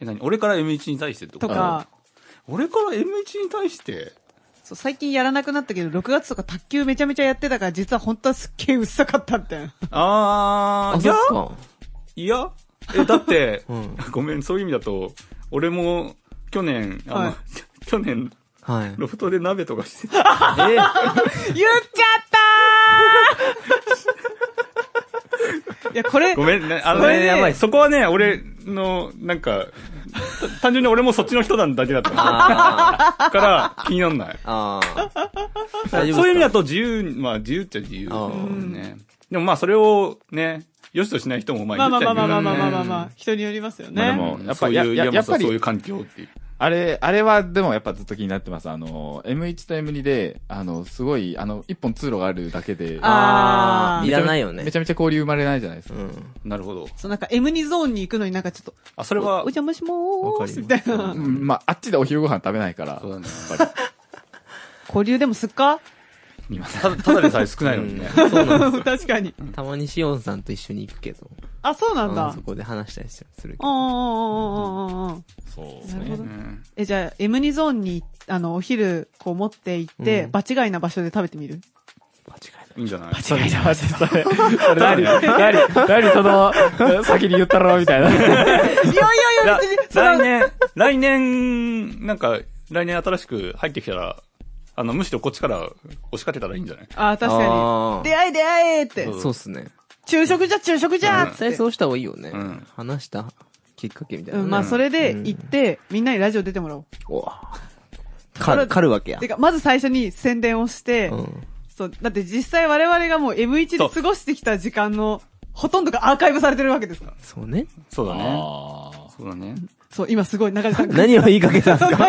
S4: え、何俺から M1 に対してってことと
S1: か、
S4: 俺から M1 に対して
S1: そう、最近やらなくなったけど、6月とか卓球めちゃめちゃやってたから、実は本当はすっげえ薄かったみたいな。
S4: あ
S3: あ、
S4: ー、い
S3: そ
S4: や
S3: っか。
S4: いやえ、だって、
S3: うん
S4: ごめん、そういう意味だと、俺も、去年、あの、
S1: はい
S4: [laughs] 去年、
S3: はい。
S4: ロフトで鍋とかして、
S3: え
S1: 言っちゃったー [laughs] いや、これ、
S4: ごめんね、あの
S1: それね
S4: ね、やばいそこはね、俺の、なんか、た単純に俺もそっちの人なんだけだったか
S3: あ
S4: ら、気になんない。
S3: あ。ああ。
S4: そう
S3: 大
S4: い
S3: 丈夫ですか
S4: う意味だと自由、まあ自由っちゃ自由
S3: あー
S4: ね。でもまあそれをね、良しとしない人もまあ
S1: まあ
S4: いるっ
S1: まあ
S4: ちゃ
S1: まあ
S4: いる
S1: まあまあまあまあまあ
S4: ね
S1: まあ、人によりますよね。
S2: まあでも
S4: うん
S2: やっ
S4: そ
S2: ぱ
S4: う
S2: り
S4: いう、
S2: や
S4: や
S2: や
S4: っ
S2: っぱ
S4: ぱ
S2: り
S4: そういう環境っていう。
S2: あれ、あれはでもやっぱずっと気になってます。あの、M1 と M2 で、あの、すごい、あの、一本通路があるだけで、
S1: あー
S3: いらないよ
S2: め
S3: ね
S2: ち。ゃめちゃ交流生まれないじゃないですか。
S3: うん。
S4: なるほど。
S1: そうなんか M2 ゾーンに行くのになんかちょっと、
S4: あ、それ
S1: お
S4: は、
S1: 邪魔しまーすみたいな
S2: う。んまあ、あっちでお昼ご飯食べないから
S4: そう、だね。
S2: やっぱ
S1: 交流でもすっか
S2: り見ます。
S4: ただ、ただでさえ少ないのにね。
S3: そうなんで
S1: 確かに。
S3: す。たまにしおんさんと一緒に行くけど。
S1: あ、そうなんだ。
S3: そこで話したりするけ
S1: ああ、あ
S3: ど。
S1: あ、ああ、ああ。
S2: そう
S1: なるほど。
S4: うん
S1: え、じゃあ、M2 ゾーンに、あの、お昼、こう持って行って、
S3: うん
S1: 場違いな場所で食べてみる
S3: 間違い
S4: いいんじゃない
S2: それ、マジ [laughs] それ、それ何、何、何、そ [laughs] の、先に言ったろみたいな。
S1: いやいやいや、別に、そ
S4: 来
S1: の、
S4: 年、来年、なんか、来年新しく入ってきたら、あの、むしろこっちから押しかけたらいいんじゃない
S1: あー、確か
S3: あー
S1: に。出会え出会えって。
S3: そうっすね。
S1: 昼食じゃ昼食じゃーっ
S3: 実際
S1: て
S3: そうした方がいいよね
S4: うん。
S3: 話したきっかけみたいな
S1: う
S3: ね。
S1: ん、まあ、それで
S3: うん
S1: 行って、みんなにラジオ出てもらおう。
S3: お [laughs] わかる、かるわけや
S1: て。か、まず最初に宣伝をして、
S3: うん。
S1: そう、だって実際我々がもう M1 で過ごしてきた時間の、ほとんどがアーカイブされてるわけですから。
S3: そうね。
S4: そうだね。
S2: あ
S4: そうだね。
S1: そう、今すごい中地さんが。
S3: 何を言いかけたんですか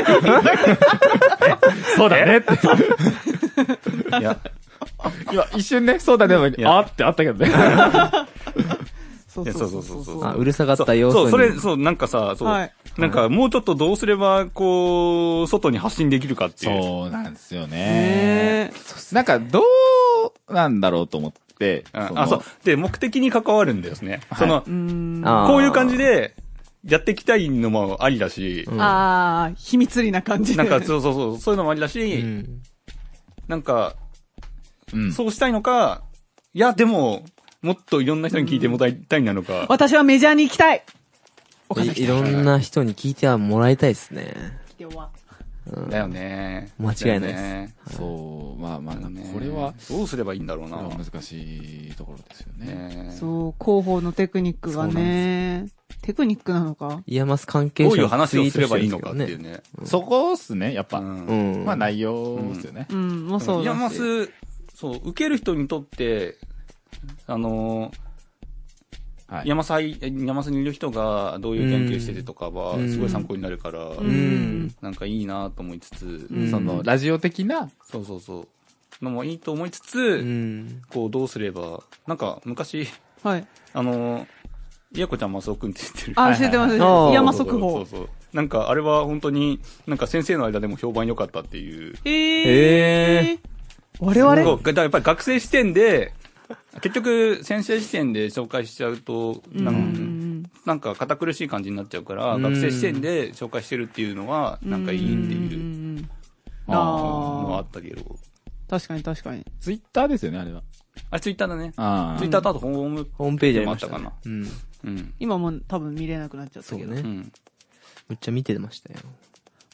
S2: ーそうだねって。
S4: いや、
S2: [laughs] 今、一瞬ね、そうだね、でもあーってあったけ [laughs] どね。
S1: そ
S4: いやそうそうそうそう
S3: あ、
S4: [laughs]
S3: うるさかった様子
S4: そう、
S3: に。
S4: それ、そう、なんかさ、そう、
S1: はい
S4: なんか、もうちょっとどうすれば、こう、外に発信できるかっていう。
S2: そうなんですよね
S1: ね。
S2: なんか、どうなんだろうと思って、
S4: うん
S2: の
S4: あ、そう。で、目的に関わるんですね。
S2: い
S4: その
S1: う、ーん。
S3: あー
S4: こういう感じ。で、やっていきたいのもありだし、
S3: ん
S1: あー、秘密裏な感じで。
S4: なんか、そうそうそう、そういうのもありだし、
S3: うん。
S4: なんか、
S2: うん。
S4: そうしたいのか、いや、でも、もっといろんな人に聞いてもらいたいなのか、
S1: 私はメジャーに行きたいお金
S3: いいろんな人に聞いてはもらいたいですね。
S1: 来ては。
S4: だよね。
S3: 間違いないです
S4: だよね
S2: そう、まあまあ、
S4: だよ
S2: なんか
S4: ね
S2: これは、
S4: どうすればいいんだろう
S2: こ
S4: な
S2: れ。は難しいところですよね。
S4: ね
S1: そう、広報のテクニックはね、テクニックなのか
S3: イヤマス関係
S4: どう
S3: 者
S4: いう
S3: の
S4: 話
S3: ツイ
S4: を
S3: ート
S4: すればいいの
S3: して
S4: か
S3: る
S4: って
S3: んです
S4: い
S3: け
S4: う
S3: どね。
S4: ね。
S2: そこっすね、やっぱ。
S4: う。
S3: うんん。
S2: まあ、内容ですよね
S1: う。ん、もうそうだし。
S4: 山須、そう、受ける人にとって、あのー、
S2: はい。
S4: 山菜、山須にいる人がどういう研究しててとかは
S3: う、ん
S4: すごい参考になるから、
S1: うん。
S4: なんかいいなと思いつつ、
S1: うん
S2: その、ラジオ的な、
S4: そうそうそう、のもいいと思いつつ、
S3: うん。
S4: こう、どうすれば、なんか昔、
S1: はい。あ
S4: あのー、いやこちゃんマスオくんって言ってる。
S2: はいはい
S1: 教えてます。
S3: あー
S1: 山速
S4: そ
S1: 報
S4: う。そうそうなんか、あれは本当に、なんか先生の間でも評判良かったっていう。
S1: え
S3: え
S1: ー。我々
S4: そうだからやっぱり学生視点で、結局、先生視点で紹介しちゃうと、
S1: うんう
S4: なん
S1: うんん
S4: なんか堅苦しい感じになっちゃうから、
S3: うん
S4: 学生視点で紹介してるっていうのは、なんかいいって
S1: う
S4: いうん
S1: うんうん
S4: のはあ
S1: あ
S4: ったけど。
S1: ー。確かに確かに。
S2: ツイッターですよね、あれは。
S4: あ、ツイッターだね。
S2: あ
S4: ツイッターとあとホーム、
S3: ホームページありましたね
S4: でもあっ
S3: うん。
S4: うん。
S1: 今もう多分見れなくなっちゃった
S3: そう
S1: けど。
S4: う
S3: ね。
S4: ん。
S3: めっちゃ見てましたよ。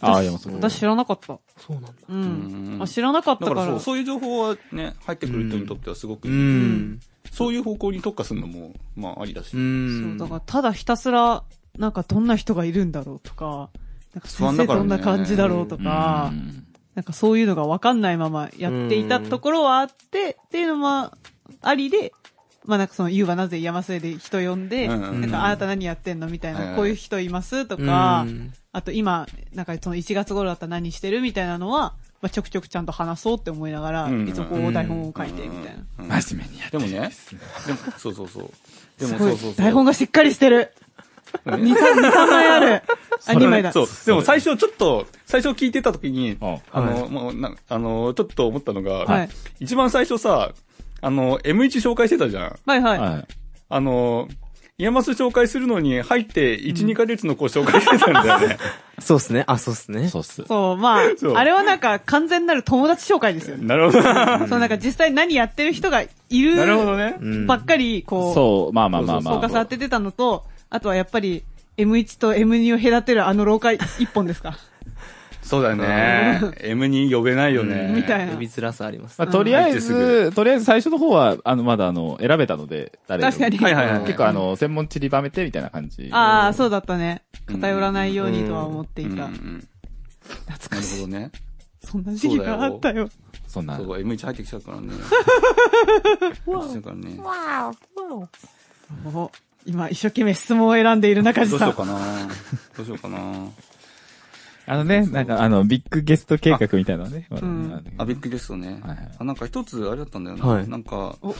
S2: ああ、いや、もうそう。
S1: 私知らなかった。
S3: そうなんだ。
S1: う
S4: うんん。
S1: あ、知らなかった
S4: だ
S1: か
S4: から
S1: ら。
S4: そう、そういう情報はね、入ってくる人にとってはすごく
S3: う
S4: いい、
S3: ん。
S4: そういう方向に特化するのも、まあありだし。
S1: そう、
S3: ん。
S1: だからただひたすら、なんかどんな人がいるんだろうとか、なんか先生どんな感じだろうとか
S2: う、ん
S1: なんかそういうのがわかんないままやっていたところはあって、っていうのもありで、まあなんかその、ゆうはなぜ山添で人呼んで、
S4: うんうん
S1: なんかあなた何やってんのみたい
S4: はいは
S1: な、
S4: い
S1: こういう人いますと
S3: うん
S1: か、あと今、なんかその1月頃だったら何してるみたいなのは、まあちょくちょくちゃんと話そうって思いながら、
S4: うんうん
S1: いつもこう台本を書いてみたいな。
S4: うん
S2: 真面目にやって
S4: で
S2: る
S4: も
S2: ん
S4: ね
S2: すね。、
S4: でも、そうそうそう。ですも、
S1: ご
S4: そ
S1: いう
S4: そうそう。
S1: 台本がしっかりし
S4: [laughs]
S1: てる。
S4: が
S1: 2、3、二三枚ある。あ、2枚だ。
S4: そう。でも最初ちょっと、最初聞いてた時に、
S2: うん
S4: あの、もうな、あの、ちょっと思ったのが、
S1: はい
S4: 一番最初さ、あの、M1 紹介してたじゃん。
S1: はいはい。
S2: はい。
S4: あの、イヤマス紹介するのに入って1、2ヶ月の子紹介してたんだよね。
S3: そうっすね。あ、そうっすね。
S2: そうっす。
S1: そう、ま
S4: そう
S1: あ、あれはなんか完全なる友達紹介ですよね。
S4: なるほど。 [laughs] な
S1: そう、なんか実際何やってる人がいる
S4: るほどね。
S3: うん
S1: ばっかり、こ
S2: そう、まあまあまあ
S1: う、
S2: ま
S1: フォー
S2: あ
S1: カス当ててたのと、あとはやっぱり、M1 と M2 を隔てるあの廊下一本で
S4: [laughs]
S1: すか
S4: そうだね。M2 呼べないよね。
S1: みたいな
S3: 呼びづらさあります
S2: まあ。。とりあえ
S4: 入って
S2: ず、とりあえず最初の方は、あの、まだあの、選べたので、誰でも
S1: 確かに。
S4: はいはいはい
S2: 結構あの、専門散りばめてみたいな感じ。
S1: ああ、そうだったね。偏らないようにとは思ってい
S4: うんうん
S1: た。
S4: なるほどね。
S1: そんな時期があったよ。
S2: そんな
S4: そ。う、M1 入ってきちゃう
S2: [laughs]
S4: からね。入ってきちゃうからね。
S1: お今、一生懸命質問を選んでいる中
S4: ど
S1: 地
S4: うし
S1: さ。
S4: ようん
S2: [laughs]
S4: かなどうしようかな
S2: あのね、なんかあの、ビッグゲスト計画みたいなのね。まだ
S1: うん
S2: あの
S4: あ、ビッグゲストね。
S2: はいはい
S4: あ、なんか一つあれだったんだよな。
S3: はい
S4: なんか
S1: お、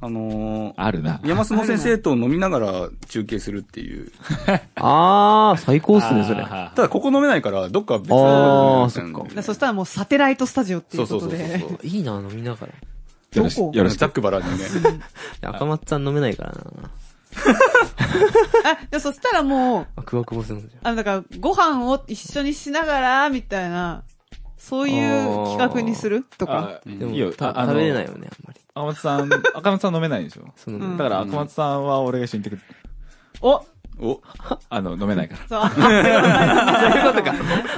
S4: あのー、
S2: あるな。
S4: 山須の先生と飲みながら中継するっていう。
S3: あー、最高っすね、それ。
S2: あ
S4: ただここ飲めないから、どっか別の
S3: あー
S4: ところで飲みたいな
S1: そしたらもうサテライトスタジオってい
S4: そう
S1: う
S4: そ
S1: こ
S4: うそ
S1: と
S4: うそう
S1: で。
S4: そう。
S3: いいな、飲みながら。
S2: ーよろし
S1: どこ
S2: よろし
S4: ジャ
S2: く。
S4: ックバラにね。
S2: [laughs]
S3: 赤松さん飲めないからな。
S1: あ、でもそしたらもう、
S3: あ、クワクボするんじゃん。
S1: あの、だから、ご飯を一緒にしながら、みたいな、そういう企画にするとか。
S2: あー
S3: で
S2: いいよ
S3: も、
S2: ああ
S3: た
S2: の
S3: 食べれないよね、あんまり。
S2: 赤松さん、赤松さん飲めないでしょ。
S3: その、
S1: うん
S2: だから赤松さんは俺が一緒に行ってくる。
S1: お
S4: お、
S2: あの、飲めないから。
S1: そう、あそういうことか。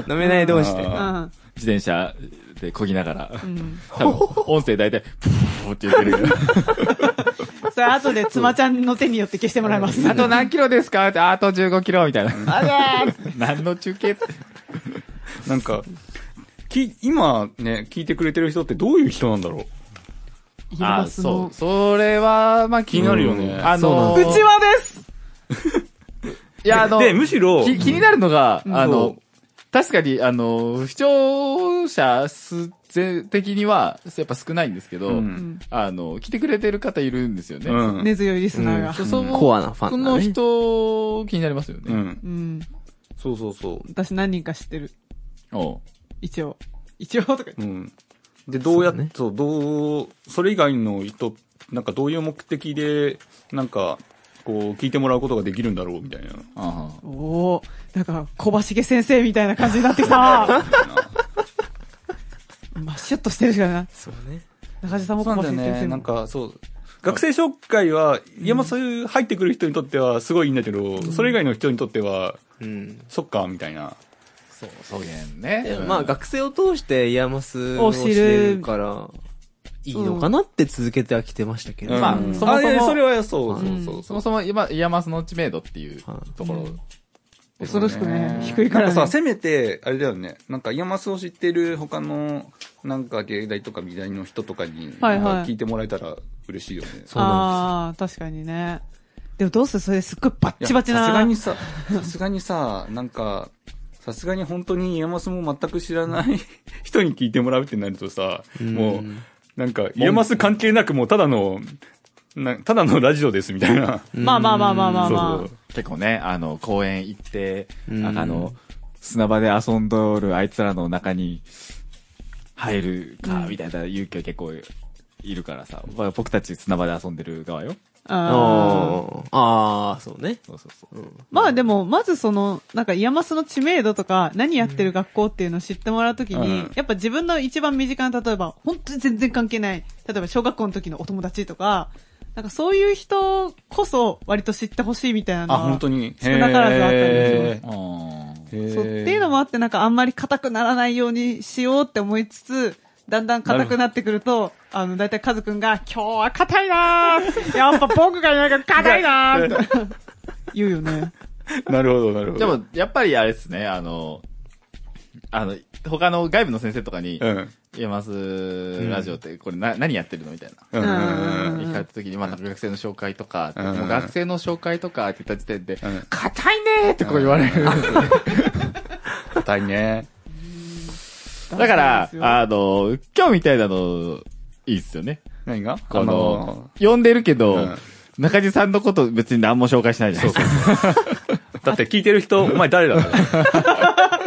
S3: 飲めない同士で。
S1: うん
S2: 自転車で漕ぎながら。
S1: うん。
S2: 多分、音声大体、プーって言ってるけど。
S1: それ後で妻ちゃんの手によって消してもらいます。 [laughs]
S2: あと何キロですかって、あと15キロみたいな。 [laughs] 何の中継
S4: なんか、き、今ね、聞いてくれてる人ってどういう人なんだろう
S1: イヤ
S2: あ、
S1: マス
S2: そ
S1: の
S2: う。。それは、まあ、気
S4: になるよね
S2: あの
S1: う
S2: ー、
S1: ちわです
S2: いや、あの、
S4: で、むしろ、
S2: き気になるのが、あ
S4: そ
S2: の、確かに、あの、視聴者数全的には、やっぱ少ないんですけど、
S4: うん
S2: あの、来てくれてる方いるんですよね。
S4: うん。
S1: 根強いリスナーが。
S2: その
S3: コアなファンだ
S2: の
S3: ね
S2: 人、気になりますよね。
S4: うん。
S1: うん。
S4: そうそうそ
S1: 私何人か知ってる。
S2: おう
S1: 一応。一応とか言って
S4: う。うん。で、どうやっ
S3: そうだね
S4: そう、どう、それ以外の人、なんかどういう目的で、なんか、こう、聞いてもらうことができるんだろうみ [laughs] たいな。
S2: あは
S1: おおーなんか、小橋先生みたいな感じになってき
S4: [laughs]
S1: たなまあ、シュッとしてるしかない。
S3: そうね。
S1: 中地さんも
S4: そう
S1: 小
S4: な
S1: 橋
S4: んだよね。
S1: 先生
S4: なん。
S1: も
S4: か、そう。学生紹介は、いや、まあそういう入ってくる人にとってはすごいいいんだけど、それ以外の人にとっては、
S3: うん。
S4: そっか、みたいな。
S2: そう、そうげんね
S3: で。まあ学生を通してイヤマスを
S1: を知
S3: 知
S1: る
S3: れるから、いいのかなって続けてはきてましたけど。
S4: うん
S2: まあ
S4: うん
S2: そもそも
S4: あいやそれは、そうそううんそ
S2: そ
S4: うそう
S2: も。そも、今、イヤマスの知名度っていうところ。
S1: うん恐ろしくね、低い
S4: な
S1: から
S4: んかさ、
S1: ね。
S4: せめて、あれだよね、なんか、イヤマスを知ってる他の、なんか、芸大とか美大の人とかに、
S1: はいはい
S4: なんか聞いてもらえたら嬉しいよね。
S3: そうなん
S1: ああ、確かにね。でもどうせそれすっごいバ
S4: い
S1: ッ
S4: や
S1: チバチな。
S4: さすがにさ、さすがにさ、なんか、さすがに本当にイヤマスも全く知らない人に聞いてもらうってなるとさ、
S3: うん
S4: もう、なんか、イヤマス関係なくもうただの、なただのラジオですみたいな。
S3: です。
S1: まあまあまあまあまあ
S4: そう
S1: まあ。
S4: そう。
S2: 結構ね、あの、公園行って、
S3: うん
S2: あの、砂場で遊んどるあいつらの中に入るか、みたいな勇気は結構いるからさ、まあ僕たち砂場で遊んでる側よ。
S1: あー
S3: あーあー、そうね。
S2: そうそうそう。
S1: まあでも、まずその、なんか、イヤマスの知名度とか、何やってる学校っていうのを知ってもらうときに、
S4: うん
S1: やっぱ自分の一番身近な、例えば、本当に全然関係ない、例えば小学校の時のお友達とか、なんかそういう人こそ、割と知ってほしいみたいなの
S4: あ、
S1: は
S4: 本当に。
S1: 少なからずあったり
S4: へ
S2: あー
S4: ーへー
S1: そうっていうのもあって、なんかあんまり硬くならないようにしようって思いつつ、だんだん硬くなってくると、あの、だいたいカズくんが、今日は硬いなーやっぱ僕がいないから硬いなーみた
S4: [laughs]
S1: いな言うよね。
S4: なるほど、なるほど。
S2: でも、やっぱりあれですね、あの、あの、他の外部の先生とかに、
S4: うん、
S2: イヤマスラジオって、これな、何やってるのみたいな。
S4: うんうんうんうん
S1: うん
S2: 行かれた時に、まあ、学生の紹介とかって、
S4: うん
S2: もう学生の紹介とかって言った時点で、
S4: うん
S2: 硬いねーってこう言われる。
S4: 硬いね。
S2: だから
S1: そうです、よ
S2: あの、今日みたいなの、いいっすよね。
S4: 何が
S2: この、呼んでるけど、
S4: うん
S2: 中地さんのこと別に何も紹介しないじゃないですか。
S4: あのだって聞いてる人、お前誰だから。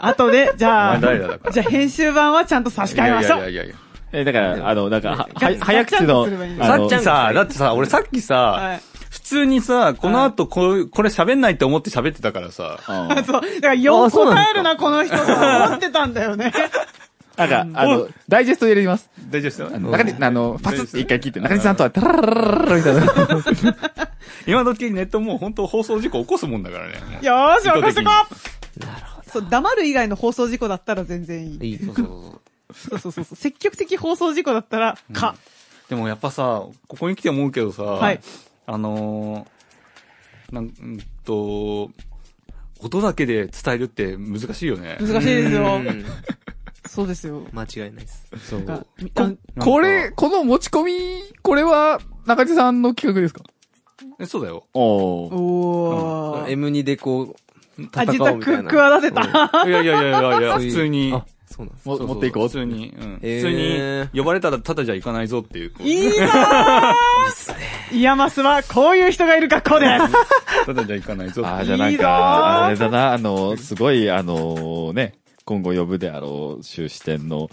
S1: あとで、じ
S4: お
S1: ゃあ、
S4: 前誰だだから。
S1: [laughs] じゃあ編集版はちゃんと差し替えましょう。
S4: いやいやいやいや。
S2: え、だから、あの、なんか、はは早口の
S1: ガッチャンコすればいいん、だ
S2: あ
S4: さ
S2: の
S4: っき、さ、だってさ、俺さっき
S1: は
S4: さ
S1: い、
S4: 普通にさ、この後こう、これ喋んないって思って喋ってたからさ。
S2: うん
S1: [laughs] そう。だから、よ
S3: あ
S1: う
S3: そうなんです
S1: 答
S3: か
S1: えるな、この人と思ってたんだよね。
S2: なんか、あの、ダイジェスト入れます。
S4: 大丈夫ですよ
S2: あ。の、中地、あの、パツって一回聞いて、中地さんとは、タララララララみたいな。
S4: 今時ネットもう本当放送事故起こすもんだからね。もう
S1: よーし、任せてこ
S4: 意
S1: うそう、黙る以外の放送事故だったら全然いい。
S3: いい。
S4: そうそうそう
S1: そうそうそうそう。積極的放送事故だったら、か。
S4: でもやっぱさ、ここに来て思うけどさ、
S1: はい
S4: あのー、なんうんと、音だけで伝えるって難しいよね。
S1: 難しいですよ。
S3: うん
S1: そうですよ。
S3: 間違いないです。
S4: そ
S1: なんか
S4: う。
S1: みあ
S2: これ、この持ち込み、これは、中地さんの企画ですか
S4: えそうだよ。
S2: おー。
S1: おー。
S3: M2 でこう、
S1: あ、
S3: 戦
S1: 実は
S3: おう
S1: く
S3: みたいな。
S1: 企てた。
S4: いやいやいやいやい
S3: [laughs]
S4: や、
S3: うん
S4: 普通に。
S3: あ、そうなんです。
S2: も
S4: そうそう
S2: 持っていこう。
S4: 普通に。うん
S3: へー
S4: 普通に、呼ばれたらただじゃいかないぞっていう。こう
S1: いいなーイヤマスはこういう人がいる学校です。
S4: [laughs] ただじゃいかないぞ
S2: ああ、
S4: って
S2: じゃあないん
S1: いぞー
S2: か、あれだな、あの、すごい、あの、ね、今後呼ぶであろう、終始点の、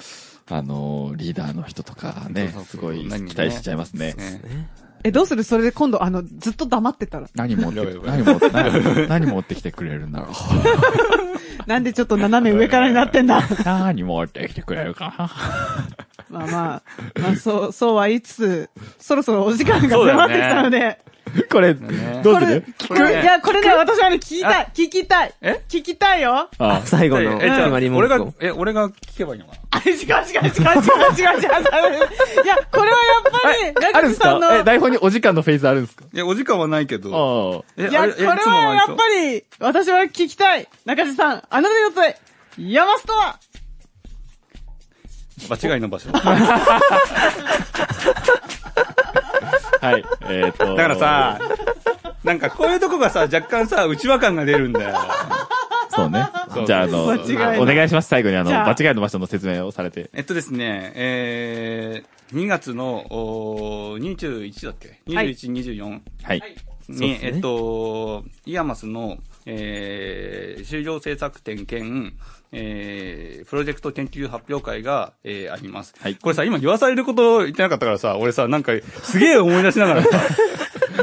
S2: あの、リーダーの人とかね
S4: そう、
S2: す
S4: そうそ
S2: ご
S4: う
S2: い
S4: 何ね
S2: 期待しちゃいますね。
S4: ね。
S1: え、どうするそれで今度、あの、ずっと黙ってたら。
S2: 何持って
S4: やばい
S2: 何
S4: や、ば
S2: 持って、何何持ってきてくれるんだろう。
S1: なんでちょっと斜め上からになってんだ。
S2: 何持ってきてくれるかな。
S1: まあまあ、まあそう、そうは言いつつ、そろそろお時間が
S2: そうだ
S1: 迫
S2: よ
S1: って
S2: ね
S1: きたので、
S2: [laughs] これ、
S4: ね
S2: どう
S1: こ
S2: す
S1: れ
S2: る
S1: 聞
S4: こ
S1: く、
S4: れね
S1: いや、これね、私はね、聞きたい聞きたい
S4: え
S1: 聞きたいよ
S2: あ
S3: 最後の
S4: え、じゃ
S3: 決
S4: あ、
S3: まり
S4: 俺
S3: 文
S4: が
S3: 句、
S4: え、俺が聞けばいいのかな
S1: あ、違う違う違う違う違う違う違う。いや、これはやっぱり、
S2: あ
S1: ラ
S2: るん
S1: グ
S2: で
S1: ジ
S2: す
S1: さんの、
S2: かえ、台本にお時間のフェーズあるんですか
S4: いや、お時間はないけ
S2: あ
S4: ど。
S2: あ。
S4: え
S1: いや、
S4: あ
S1: こ
S4: れ
S1: れはやっぱり、私は聞きたい中地さん、あなたにとって、山スとは
S4: り。場違いの場所。だ
S2: はい。えっと。
S4: から、さ、なんかこういうとこがさ、若干さ、内輪感が出るんだよ。
S2: そうね
S4: そ。う
S2: じゃあ、あの、
S1: 間違いの
S2: お願いします。最後に、あの、
S1: じゃあ
S2: 間違いの場所の説明をされて。
S4: えっとですね、えー、2月の、おー21だっけ
S1: はい
S4: ?21、24
S2: はい。
S4: に、えっと、イヤマスの、えー、修了制作展兼、えー、プロジェクト研究発表会が、えー、あります。
S2: はい
S4: これさ、今言わされること言ってなかったからさ、俺さ、なんか、すげえ思い出しながらさ、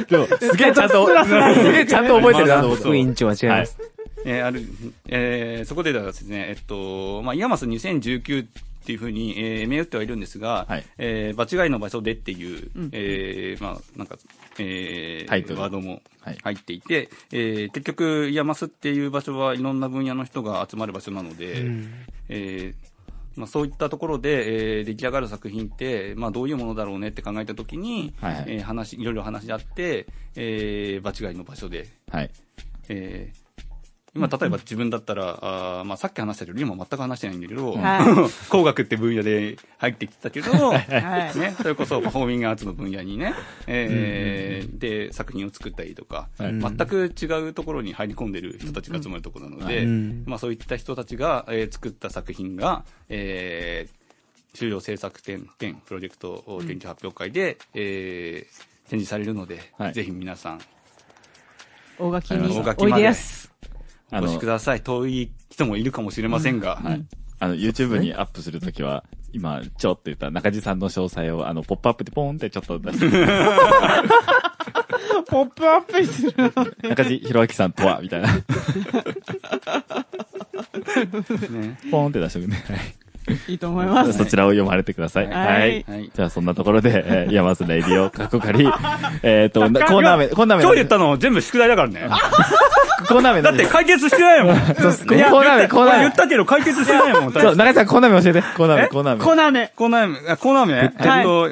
S2: でも、すげえちゃんと、すげえちゃんと覚えてるなと思って。
S3: 副委員長は違い
S2: は
S3: ま
S2: い
S3: す。。
S4: えーある、えーそこでですね、えっと、まあ、イヤマス2019っていうふうに、えー、銘打ってはいるんですが、
S2: はい
S4: えー場違いの場所でっていう、えーまあ、なんか、えー
S2: タイトル
S4: ワードも
S2: はい
S4: 入っていて、えー結局、イヤマスっていう場所はいろんな分野の人が集まる場所なので、えーまあ、そういったところで、えー出来上がる作品って、まあ、どういうものだろうねって考えたときに、
S2: はいはい
S4: えー話、いろいろ話し合って、えー、場違いの場所で
S2: はい。
S4: えー今、例えば自分だったら、あーまあ、さっき話したけど、今全く話してないんだけど、
S1: は
S4: [laughs] 工学って分野で入ってきたけど、
S1: はい
S4: ね、それこそパフォーミングアーツの分野にね、えーで、作品を作ったりとか、
S2: はい
S4: 全く違うところに入り込んでる人たちが集まるところなので、
S3: うん
S4: まあ、そういった人たちが、えー作った作品が、えー、終了制作展、展、プロジェクト研究発表会で、えー展示されるので、
S2: はい
S4: ぜひ皆さん、
S1: 大垣
S4: 大
S1: に
S4: 垣
S1: お
S4: まで
S1: いでやす。
S2: あ
S4: お越し
S2: の
S4: く、ださい。遠い人もいるかもしれませんが、はい
S2: あの、YouTube にアップするときは、今、ちょって言った中地さんの詳細を、あの、ポップアップでポーンってちょっと出して、
S1: ポップアップにするのね。
S2: 中地博明さんとは、みたいな、
S4: ね
S2: ポーンって出しておくね。はい
S1: いいと思います。
S2: [laughs] そちらを読まれてください。
S1: はい
S2: はい。
S4: はい
S2: じゃあ、そんなところで、えー、山津レイディオ、かっこかり、えっと、なコーナー名、コーナー名、
S4: 今日言ったの全部宿題だからね。
S2: コーナー名な
S4: だっ
S2: ん
S4: て
S2: です
S4: 解決してないもん。
S2: そうっすねコーナー名、コーナー
S4: 俺言
S2: 名
S4: っ。たけど解決してないもん。
S2: そう、
S4: コ
S2: 中地さん、コーナー名教えて。コーナー名、
S4: え
S2: コーナー名。
S1: コーナー名。
S4: ーナー名、あコーナー名、
S1: はい
S4: えっと、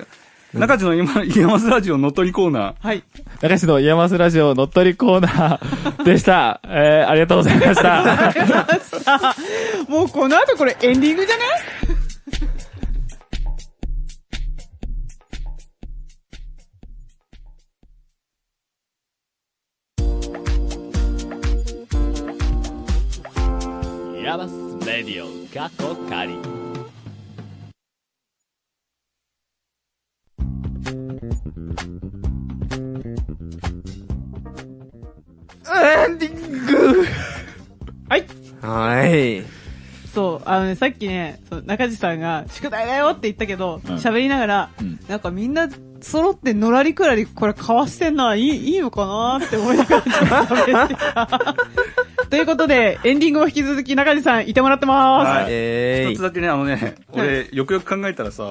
S4: 中地の今、 [laughs] 山津ラジオ乗っ取りコーナー。
S1: はい。
S2: 中市の山須ラジオ乗っ取りコーナーでした。 [laughs] えー、ありがとうございました。
S1: もうこの後これエンディングじゃね
S2: 山須レディオ、過去仮。
S3: エンディング
S1: はい。
S3: はい。
S1: そう、あのね、さっきね、そう中地さんが宿題だよって言ったけど、
S2: うん
S1: 喋、りながら、
S2: うん
S1: なんかみんな揃ってのらりくらりこれ交わしてんのはいい、いいのかなって思いながらちょっと喋ってた。 [laughs] ということで、エンディングを引き続き中地さんいてもらってます。
S4: はい
S3: え
S4: 一つ
S3: ーい。
S4: だけね、あのね、俺、よくよく考えたら
S3: は
S4: さ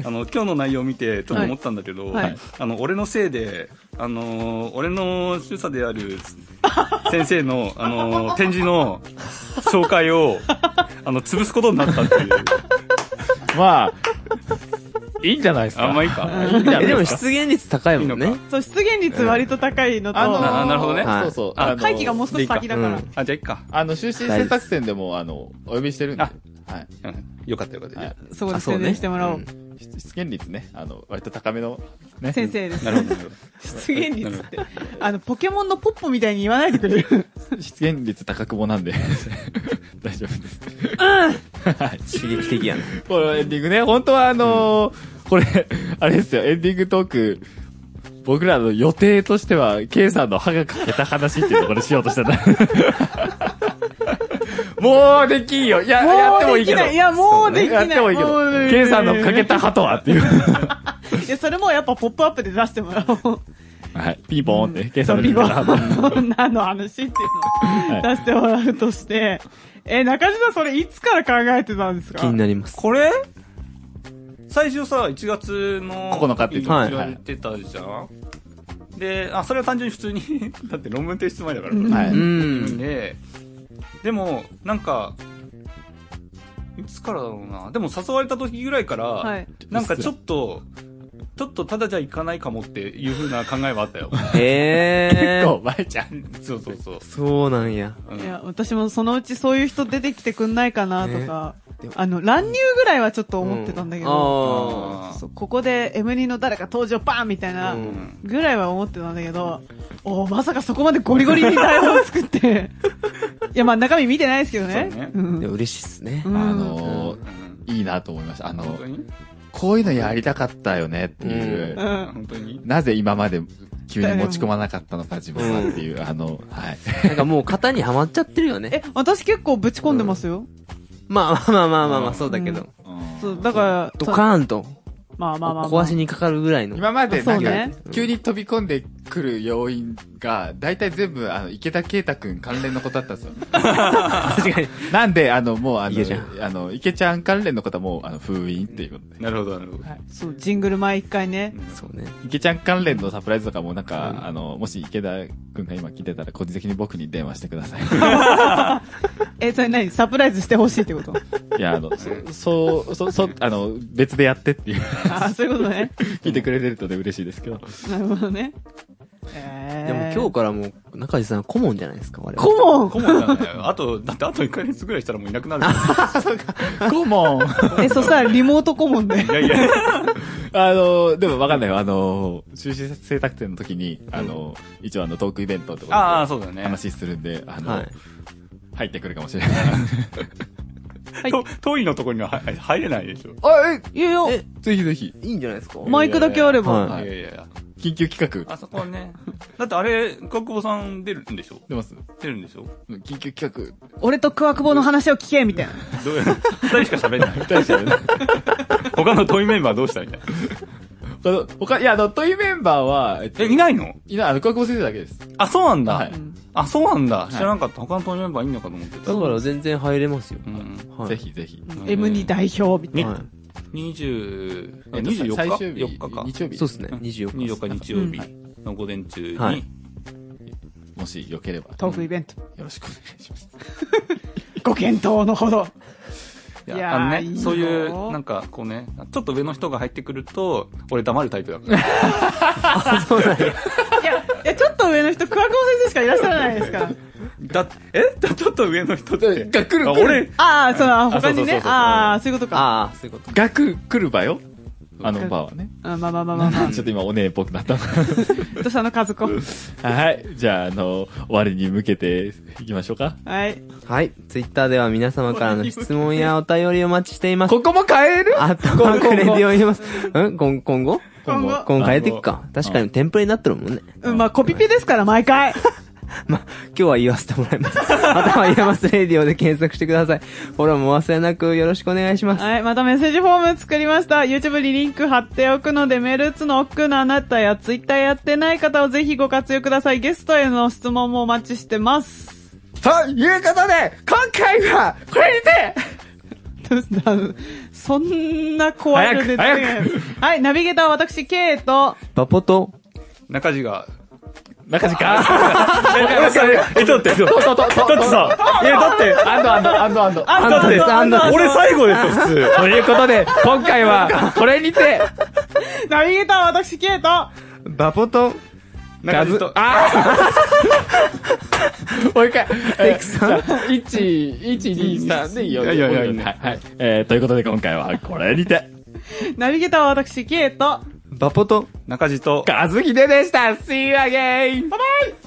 S3: い、
S4: あの、今日の内容を見て、ちょっと思ったんだけど、
S1: はい
S2: はい
S4: あの、俺のせいで、あのー、俺の主査である先生の、あのー、展示の紹介を、あの、潰すことになったっていう。
S2: まあ、いいんじゃないですか。
S4: あんまあいいか。
S2: いいんじゃな
S3: え
S2: い
S3: でも
S2: ですか。
S3: 出現率高いもん
S4: いい
S3: ね
S4: の。
S1: そう、出現率割と高いのと、
S2: あの
S4: な
S2: ー、
S4: なるほどね
S3: はい
S2: そうそう。あ
S4: あ
S2: の
S1: 会期がもう少し先だから。
S3: でいいか
S4: あ、じゃあいっか。
S2: あの、終身制作戦でも、あの、お呼びしてるんで。は
S4: あ
S2: い。
S4: うんよかったよかった。
S2: はい
S1: そこで
S3: あそう
S1: 宣
S3: ね
S1: 伝してもらおう。
S3: うん
S2: 出出現率ね、あの、割と高めの、ね。
S1: 先生です
S4: な。るほど、なるほ
S1: 出現率って。あの、ポケモンのポップみたいに言わないでくれる。
S2: 出現率高くも
S4: [laughs]
S2: なんで、大丈夫です。はい。
S3: 刺激的やね。
S2: このエンディングね、本当はあのーこれ、あれですよ、エンディングトーク、僕らの予定としては、K さんの歯が欠けた話っていうところしようとしてた。 [laughs] もうできんよ。いや、 [laughs] やってもいいけど。
S1: もうできない。いや、もうでき
S2: や
S1: な
S2: っ
S1: い。
S2: てもいいけ
S1: もう
S2: ど。K さんの欠けた歯とはっていう。
S1: いや、それもやっぱポップアップで出してもらおう。
S2: はい。ピンポーンって、K さ
S1: そ
S2: んの
S1: う、ビ
S2: 欠け
S1: ボ
S2: た
S1: ン
S2: 歯
S1: 女の話っていうのを出してもらうとして、え、中島さんそれいつから考えてたんですか
S3: 気になります。
S4: これ最初さ、1月の
S2: 9日って言ってま
S3: した
S4: 言われてたじゃん、で、あ、それは単純に普通に、 [laughs] だって論文提出前だから。
S2: はいう
S4: うん
S3: ん。
S4: で、でも、なんか、いつからだろうな。でも誘われた時ぐらいから、
S1: はい。
S4: なんかちょっと、ちょっとただじゃいかないかもっていう風な考えはあ [laughs] ったよ。
S3: へえ。
S2: 結構前じゃん。
S4: そうそうそう。
S3: そうなんや。
S4: うん
S1: いや、私もそのうちそういう人出てきてくんないかなとか、
S3: ねでも
S1: あの、乱入ぐらいはちょっと思ってたんだけど、
S3: あ
S4: あー
S1: そうここで M2 の誰か登場バーンみたいな
S3: うん
S1: ぐらいは思ってたんだけど、おーまさかそこまでゴリゴリに台本を作って、いや、まあ中身見てないですけどね。
S4: そうね
S1: ん
S3: あ。でも嬉しいっすね
S1: う。
S2: あ
S1: ん
S2: のー、
S4: うん
S2: いいなと思いました。あ
S4: 本
S2: の
S4: 当、に
S2: こういうのやりたかったよねっていうう、
S1: ん。
S4: 本当に
S2: なぜ今まで急に持ち込まなかったのか自分はっていう、あの、はい。
S3: なんかもう型にはまっちゃってるよね。
S1: え、私結構ぶち込んでますよ。
S3: まあまあまあまあまあ、そうだけ
S1: う
S3: ど。
S1: そう、だから、
S3: ドカーンと
S1: まあまあまあ、まあ。
S3: 壊しにかかるぐらいの。
S2: 今までなん
S1: そう
S2: か
S1: ね、
S2: 急に飛び込んでくる要因が、大体全部、あの、池田啓太くん関連のことだったん
S1: [laughs]
S2: ですよ。
S3: 確かに。
S2: なんで、あの、もう、あ
S3: 池ちゃ
S2: の、あの、池ちゃん関連のことはもう、あの、封印っていうことで。
S4: なるほど、なるほど。
S1: そう、ジングル前一回ね。
S3: そうね。
S2: 池ちゃん関連のサプライズとかもなんか、あの、もし池田くんが今聞いてたら、個人的に僕に電話してくだ
S3: [laughs]
S2: さい。
S1: え、それ何サプライズしてほしいってこと
S2: いや、あの、そそう、そう、そう、あの、別でやってって
S3: [laughs]
S2: いう、
S1: ああ、そういうことね。
S2: 聞いてくれてるとね、嬉しいですけど。
S1: なるほどね。え
S3: でも
S1: ー、
S3: 今日からもう、中地さん顧問じゃないですか、我々。
S1: 顧問
S4: 顧問だね。 [laughs] あと、だってあと1ヶ月ぐらいしたらもういなくなる。
S2: 顧問
S1: え、そしたらリモート顧問で
S4: い。やいや、
S2: あの、でもわかんないよ。あの、収集制作展の時に、あの、一応あの、トークイベントってことで
S4: [laughs] ああ、そうだね。
S2: 話するんで、あの、
S3: はい。
S2: 入ってくるかもしれない。
S1: い
S4: と遠いのところには入入れないでしょ。
S1: あ、え、いやいや、
S3: え、
S2: ぜひぜひ。
S3: いいんじゃないですか
S1: マイクだけあれ
S3: は
S1: ば。
S4: いやいやいや。
S2: 緊急企画。
S4: あそこはね。だってあれ、国保さん出るんでしょ
S2: 出ます
S4: 出るんでしょ
S2: 緊急企画。
S1: 俺とクワクボの話を聞け、みたいな。
S4: [laughs] どうや二人しか喋んない。
S2: 大丈夫
S4: 他の遠いメンバーどうしたみたいな。
S2: あの他、いや、あの、トイメンバーは、えっと
S4: え、いないの
S2: いない、あの、国語先生だけです。
S4: あ、そうなんだ。
S2: はい
S1: うん
S4: あ、そうなんだ。知らなかった。他の遠いメンバーいんのかと思ってた。
S3: だから全然入れますよ。
S4: うん。
S3: はい。
S2: ぜ。ひぜひ。
S4: ん
S1: M2 代表、みたいな。
S3: は
S4: 20、
S2: えっと
S4: 24日
S2: 最終日。
S4: 4日か。
S2: 日曜
S3: い。
S2: 日。
S3: そうですね。24日。
S4: 24日日曜日の午前中に、
S3: はい
S2: もしよければ。
S1: トークイベント。
S2: よろしくお願いします。
S1: ご検討のほど。
S4: い
S1: い
S4: や、
S1: やー
S4: あの
S1: いい
S4: ね、
S1: よ
S4: そういう、なんかこうね、ちょっと上の人が入ってくると、俺黙るタイプだから。
S3: あ、そうだね。
S1: いや、いや、ちょっと上の人、クワクボ先生しかいらっしゃらないですから。
S4: だ、えだちょっと上の人って。
S2: が来る
S4: あ
S2: 来る
S4: 俺、
S1: ああ、その、
S4: あそ
S1: 他
S4: うそ
S1: に
S4: うそうそう
S1: ね。ああ、そういうことか。
S3: ああ、そういうこと。
S2: 学来る場よ。あの場はね。
S1: あまあまあまあま
S2: [laughs]
S1: あまあ。
S2: ちょっと今、お姉っぽくなった。
S1: どうしたの、和子。
S2: はい。じゃあ、あの、終わりに向けていきましょうか。
S1: はい。
S3: はい。ツイッターでは皆様からの質問やお便りをお待ちしています。
S2: こも変える
S3: あとはくれております。うん今今後
S1: 今後
S3: 今後変えていくか。確かにテンプレになってるもんね。
S1: うん、まあ、コピペですから、毎回。
S3: ま、今日は言わせてもらいます。またはイヤマスレディオで検索してください。フォローもお忘れなくよろしくお願いします。
S1: はい、またメッセージフォーム作りました。YouTube にリンク貼っておくので、メール打つの奥のあなたや Twitter やってない方をぜひご活用ください。ゲストへの質問もお待ちしてます。 [laughs]
S2: ということで、今回は、これにて
S1: どうしたそんな怖いので
S2: 早く
S1: はい、ナビゲーターは私、K と、
S3: バポと、
S4: 中地が、
S2: 中地か
S4: え、だって、だって
S2: と、と、と、
S4: さ、いや、だって、
S2: アンドアンド、アンドアンド。
S1: あ
S3: アンドです、アンドです。
S4: 俺最後ですよ、普通。
S2: ということで、今回は、これにて、
S1: ナビゲーターは私、K と、
S3: バポと、
S2: ガ
S4: 中
S2: ズ
S4: 地と、
S2: あーもう一回。えーさん。1、1、2、3でいいよ。
S4: いやいやいやいや
S2: はいはい。えー、ということで今回は、これにて、
S1: ナビゲーターは私、K と、
S3: バポと、
S4: 中地と、
S2: ガズヒデでした !See you again!
S1: バイバイ